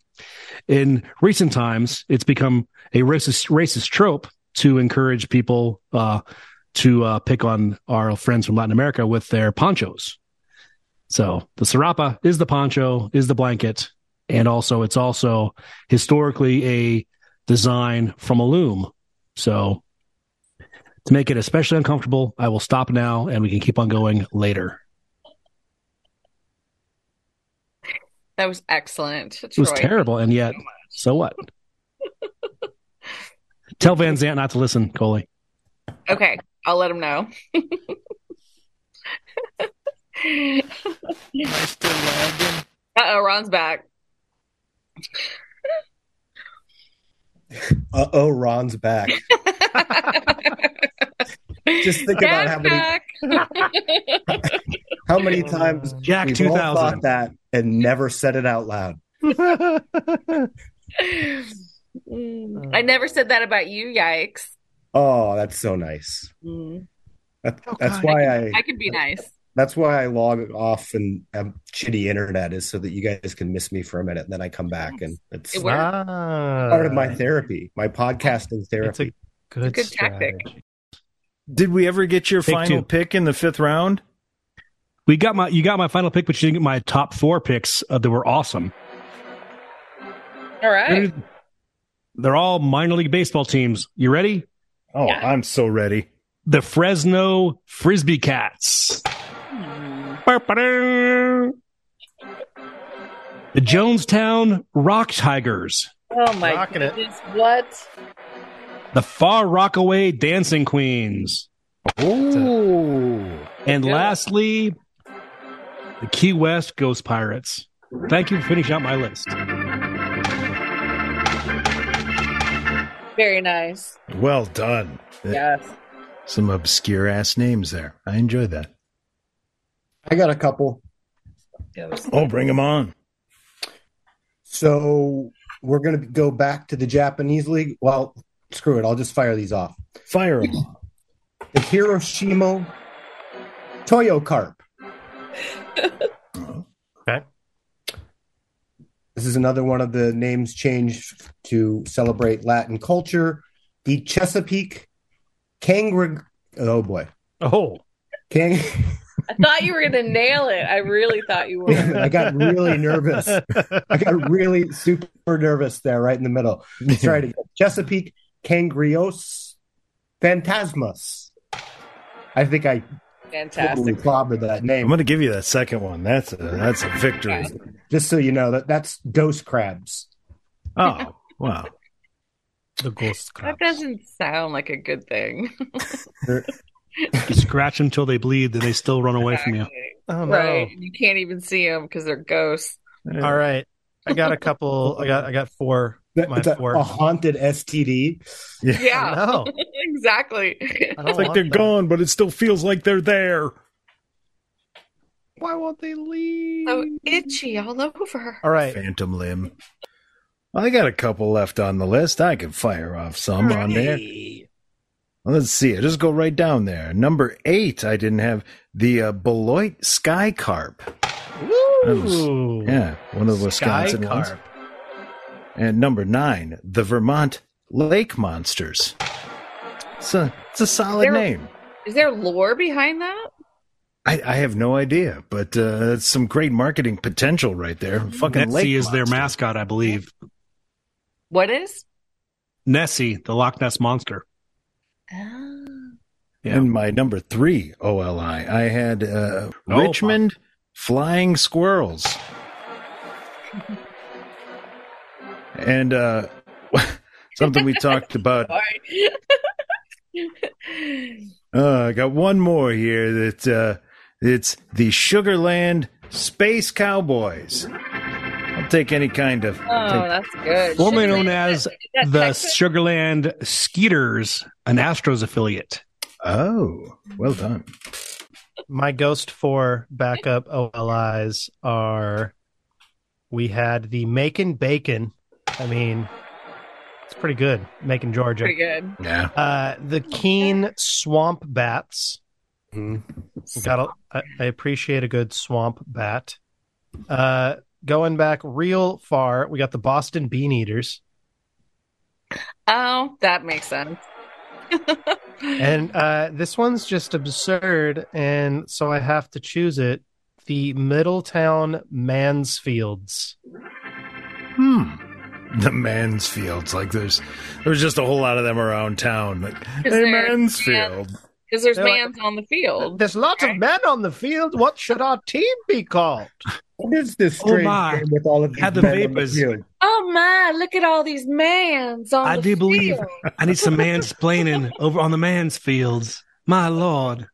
Speaker 2: In recent times, it's become a racist, racist trope to encourage people uh, to uh, pick on our friends from Latin America with their ponchos. So the sarapa is the poncho, is the blanket, and also it's also historically a design from a loom. So to make it especially uncomfortable, I will stop now and we can keep on going later.
Speaker 4: That was excellent. Troy.
Speaker 2: It was terrible, and yet so what? Tell Van Zant not to listen, Coley.
Speaker 4: Okay, I'll let him know. Uh oh, Ron's back.
Speaker 8: Uh oh, Ron's back. Just think about how many how many times
Speaker 2: Jack
Speaker 8: we've
Speaker 2: 2000.
Speaker 8: all thought that and never said it out loud.
Speaker 4: Mm, I never said that about you. Yikes.
Speaker 8: Oh, that's so nice.
Speaker 4: Mm.
Speaker 8: That,
Speaker 3: Oh,
Speaker 8: that's why I
Speaker 4: I could be nice.
Speaker 8: that's why I log off and um, shitty internet is so that you guys can miss me for a minute and then I come back and it's
Speaker 4: It works.
Speaker 8: part of my therapy, my podcasting therapy.
Speaker 3: Ah. good
Speaker 4: Good tactic.
Speaker 1: Did we ever get your
Speaker 2: Pick
Speaker 1: final
Speaker 2: two.
Speaker 1: pick in the fifth round?
Speaker 2: We got my you got my final pick, but you didn't get my top four picks uh, that were awesome.
Speaker 4: All right.
Speaker 2: They're all minor league baseball teams. You ready?
Speaker 1: Oh, I'm so ready.
Speaker 2: The Fresno Frisbee Cats.
Speaker 8: Mm.
Speaker 2: Ba-ba-dum. The Jonestown Rock Tigers.
Speaker 4: Oh my
Speaker 3: Rocking it.
Speaker 4: goodness. What?
Speaker 2: The Far Rockaway Dancing Queens.
Speaker 1: Ooh.
Speaker 2: And lastly, the Key West Ghost Pirates. Thank you for finishing out my list.
Speaker 4: Very nice.
Speaker 1: Well done.
Speaker 4: Yes.
Speaker 1: Some obscure ass names there. I enjoy that.
Speaker 8: I got a couple.
Speaker 1: Oh, bring them on.
Speaker 8: So we're going to go back to the Japanese league. Well, screw it. I'll just fire these off.
Speaker 1: Fire them.
Speaker 8: The Hiroshima Toyo Carp.
Speaker 3: Okay.
Speaker 8: This is another one of the names changed to celebrate Latin culture. The Chesapeake Kangri. Oh boy.
Speaker 3: Oh,
Speaker 8: Kang.
Speaker 4: I thought you were going to nail it. I really thought you were.
Speaker 8: I got really nervous. I got really super nervous there, right in the middle. Let's try it again. Chesapeake Kangrios Phantasmus. I think I totally
Speaker 4: Fantastic.
Speaker 8: clobbered that
Speaker 1: I'm
Speaker 8: name.
Speaker 1: going to give you that second one. That's a that's a victory.
Speaker 8: Just so you know that that's ghost crabs.
Speaker 1: Oh, wow.
Speaker 3: the ghost
Speaker 4: That
Speaker 3: crap.
Speaker 4: doesn't sound like a good thing.
Speaker 8: They're-
Speaker 2: You scratch them till they bleed, then they still run away from you.
Speaker 3: Oh, no.
Speaker 4: Right. You can't even see them because they're ghosts.
Speaker 3: All right. I got a couple. I got I got four.
Speaker 8: that-
Speaker 3: My
Speaker 8: It's a,
Speaker 3: four.
Speaker 8: a haunted STD.
Speaker 4: Yeah.
Speaker 3: No.
Speaker 4: exactly.
Speaker 3: I don't
Speaker 1: It's like
Speaker 3: want
Speaker 1: they're
Speaker 3: that.
Speaker 1: gone, but it still feels like they're there.
Speaker 5: Why won't they leave?
Speaker 4: So itchy all over.
Speaker 3: All right.
Speaker 1: Phantom limb. I got a couple left on the list. I can fire off some on there. Let's see. Just go right down there. Number eight, I didn't have the uh, Beloit Sky Carp.
Speaker 3: Ooh.
Speaker 1: Yeah, one of the
Speaker 3: Sky
Speaker 1: Wisconsin ones.
Speaker 3: carp.
Speaker 1: And number nine, the Vermont Lake Monsters. It's a, it's a solid
Speaker 4: They're-
Speaker 1: name.
Speaker 4: Is there lore behind that?
Speaker 1: I, I have no idea, but uh, that's some great marketing potential right there. Fucking lake
Speaker 2: Nessie is their
Speaker 1: monster.
Speaker 2: mascot, I believe.
Speaker 4: What is?
Speaker 2: Nessie, the Loch Ness monster.
Speaker 4: Ah.
Speaker 2: Yeah.
Speaker 4: Oh.
Speaker 1: And my number three OLI, I had uh,
Speaker 2: Oh,
Speaker 1: Richmond Flying Squirrels. And uh, something we talked about Uh, I got one more here that uh, it's the Sugarland Space Cowboys. I'll take any kind of.
Speaker 4: Oh, that's good.
Speaker 2: Formerly
Speaker 4: Sugar
Speaker 2: known
Speaker 4: Land-
Speaker 2: as
Speaker 4: that
Speaker 2: the
Speaker 4: Texas?
Speaker 2: Sugarland Skeeters, an Astros affiliate.
Speaker 1: Oh, well done.
Speaker 3: my ghost for backup OLIs are we had the Macon Bacon. I mean, it's pretty good. Macon, Georgia.
Speaker 4: Pretty good.
Speaker 1: Yeah.
Speaker 3: Uh, the Keen Swamp Bats. Got a, I, I appreciate a good swamp bat. Uh, going back real far, we got the Boston Bean Eaters.
Speaker 4: Oh, that makes sense.
Speaker 3: and uh, this one's just absurd, and so I have to choose it. The Middletown Mansfields.
Speaker 1: Hmm. The Mansfields. Like there's there's just a whole lot of them around town. Like, hey,
Speaker 4: there-
Speaker 1: Mansfield.
Speaker 4: Because there's
Speaker 3: They're like-
Speaker 4: mans on the field.
Speaker 3: There's lots of men on the field. What should our team be called?
Speaker 8: What is this
Speaker 3: Oh,
Speaker 8: strange
Speaker 3: my.
Speaker 8: game with all of these
Speaker 2: Had the
Speaker 8: men on the
Speaker 2: vapors.
Speaker 8: field?
Speaker 4: Oh my! Look at all these mans on
Speaker 2: I
Speaker 4: the
Speaker 2: do believe
Speaker 4: field.
Speaker 2: I need some mansplaining over on the Mansfields. My lord.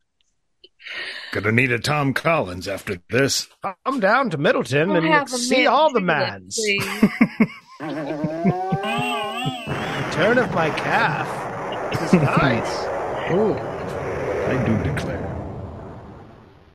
Speaker 1: Gonna need a Tom Collins after this.
Speaker 3: Come down to Middleton
Speaker 4: We'll
Speaker 3: and
Speaker 4: have a
Speaker 3: see
Speaker 4: man-
Speaker 3: all the
Speaker 4: Look at
Speaker 3: mans.
Speaker 4: that,
Speaker 3: Turn of my calf. It's nice.
Speaker 1: Oh, I do declare.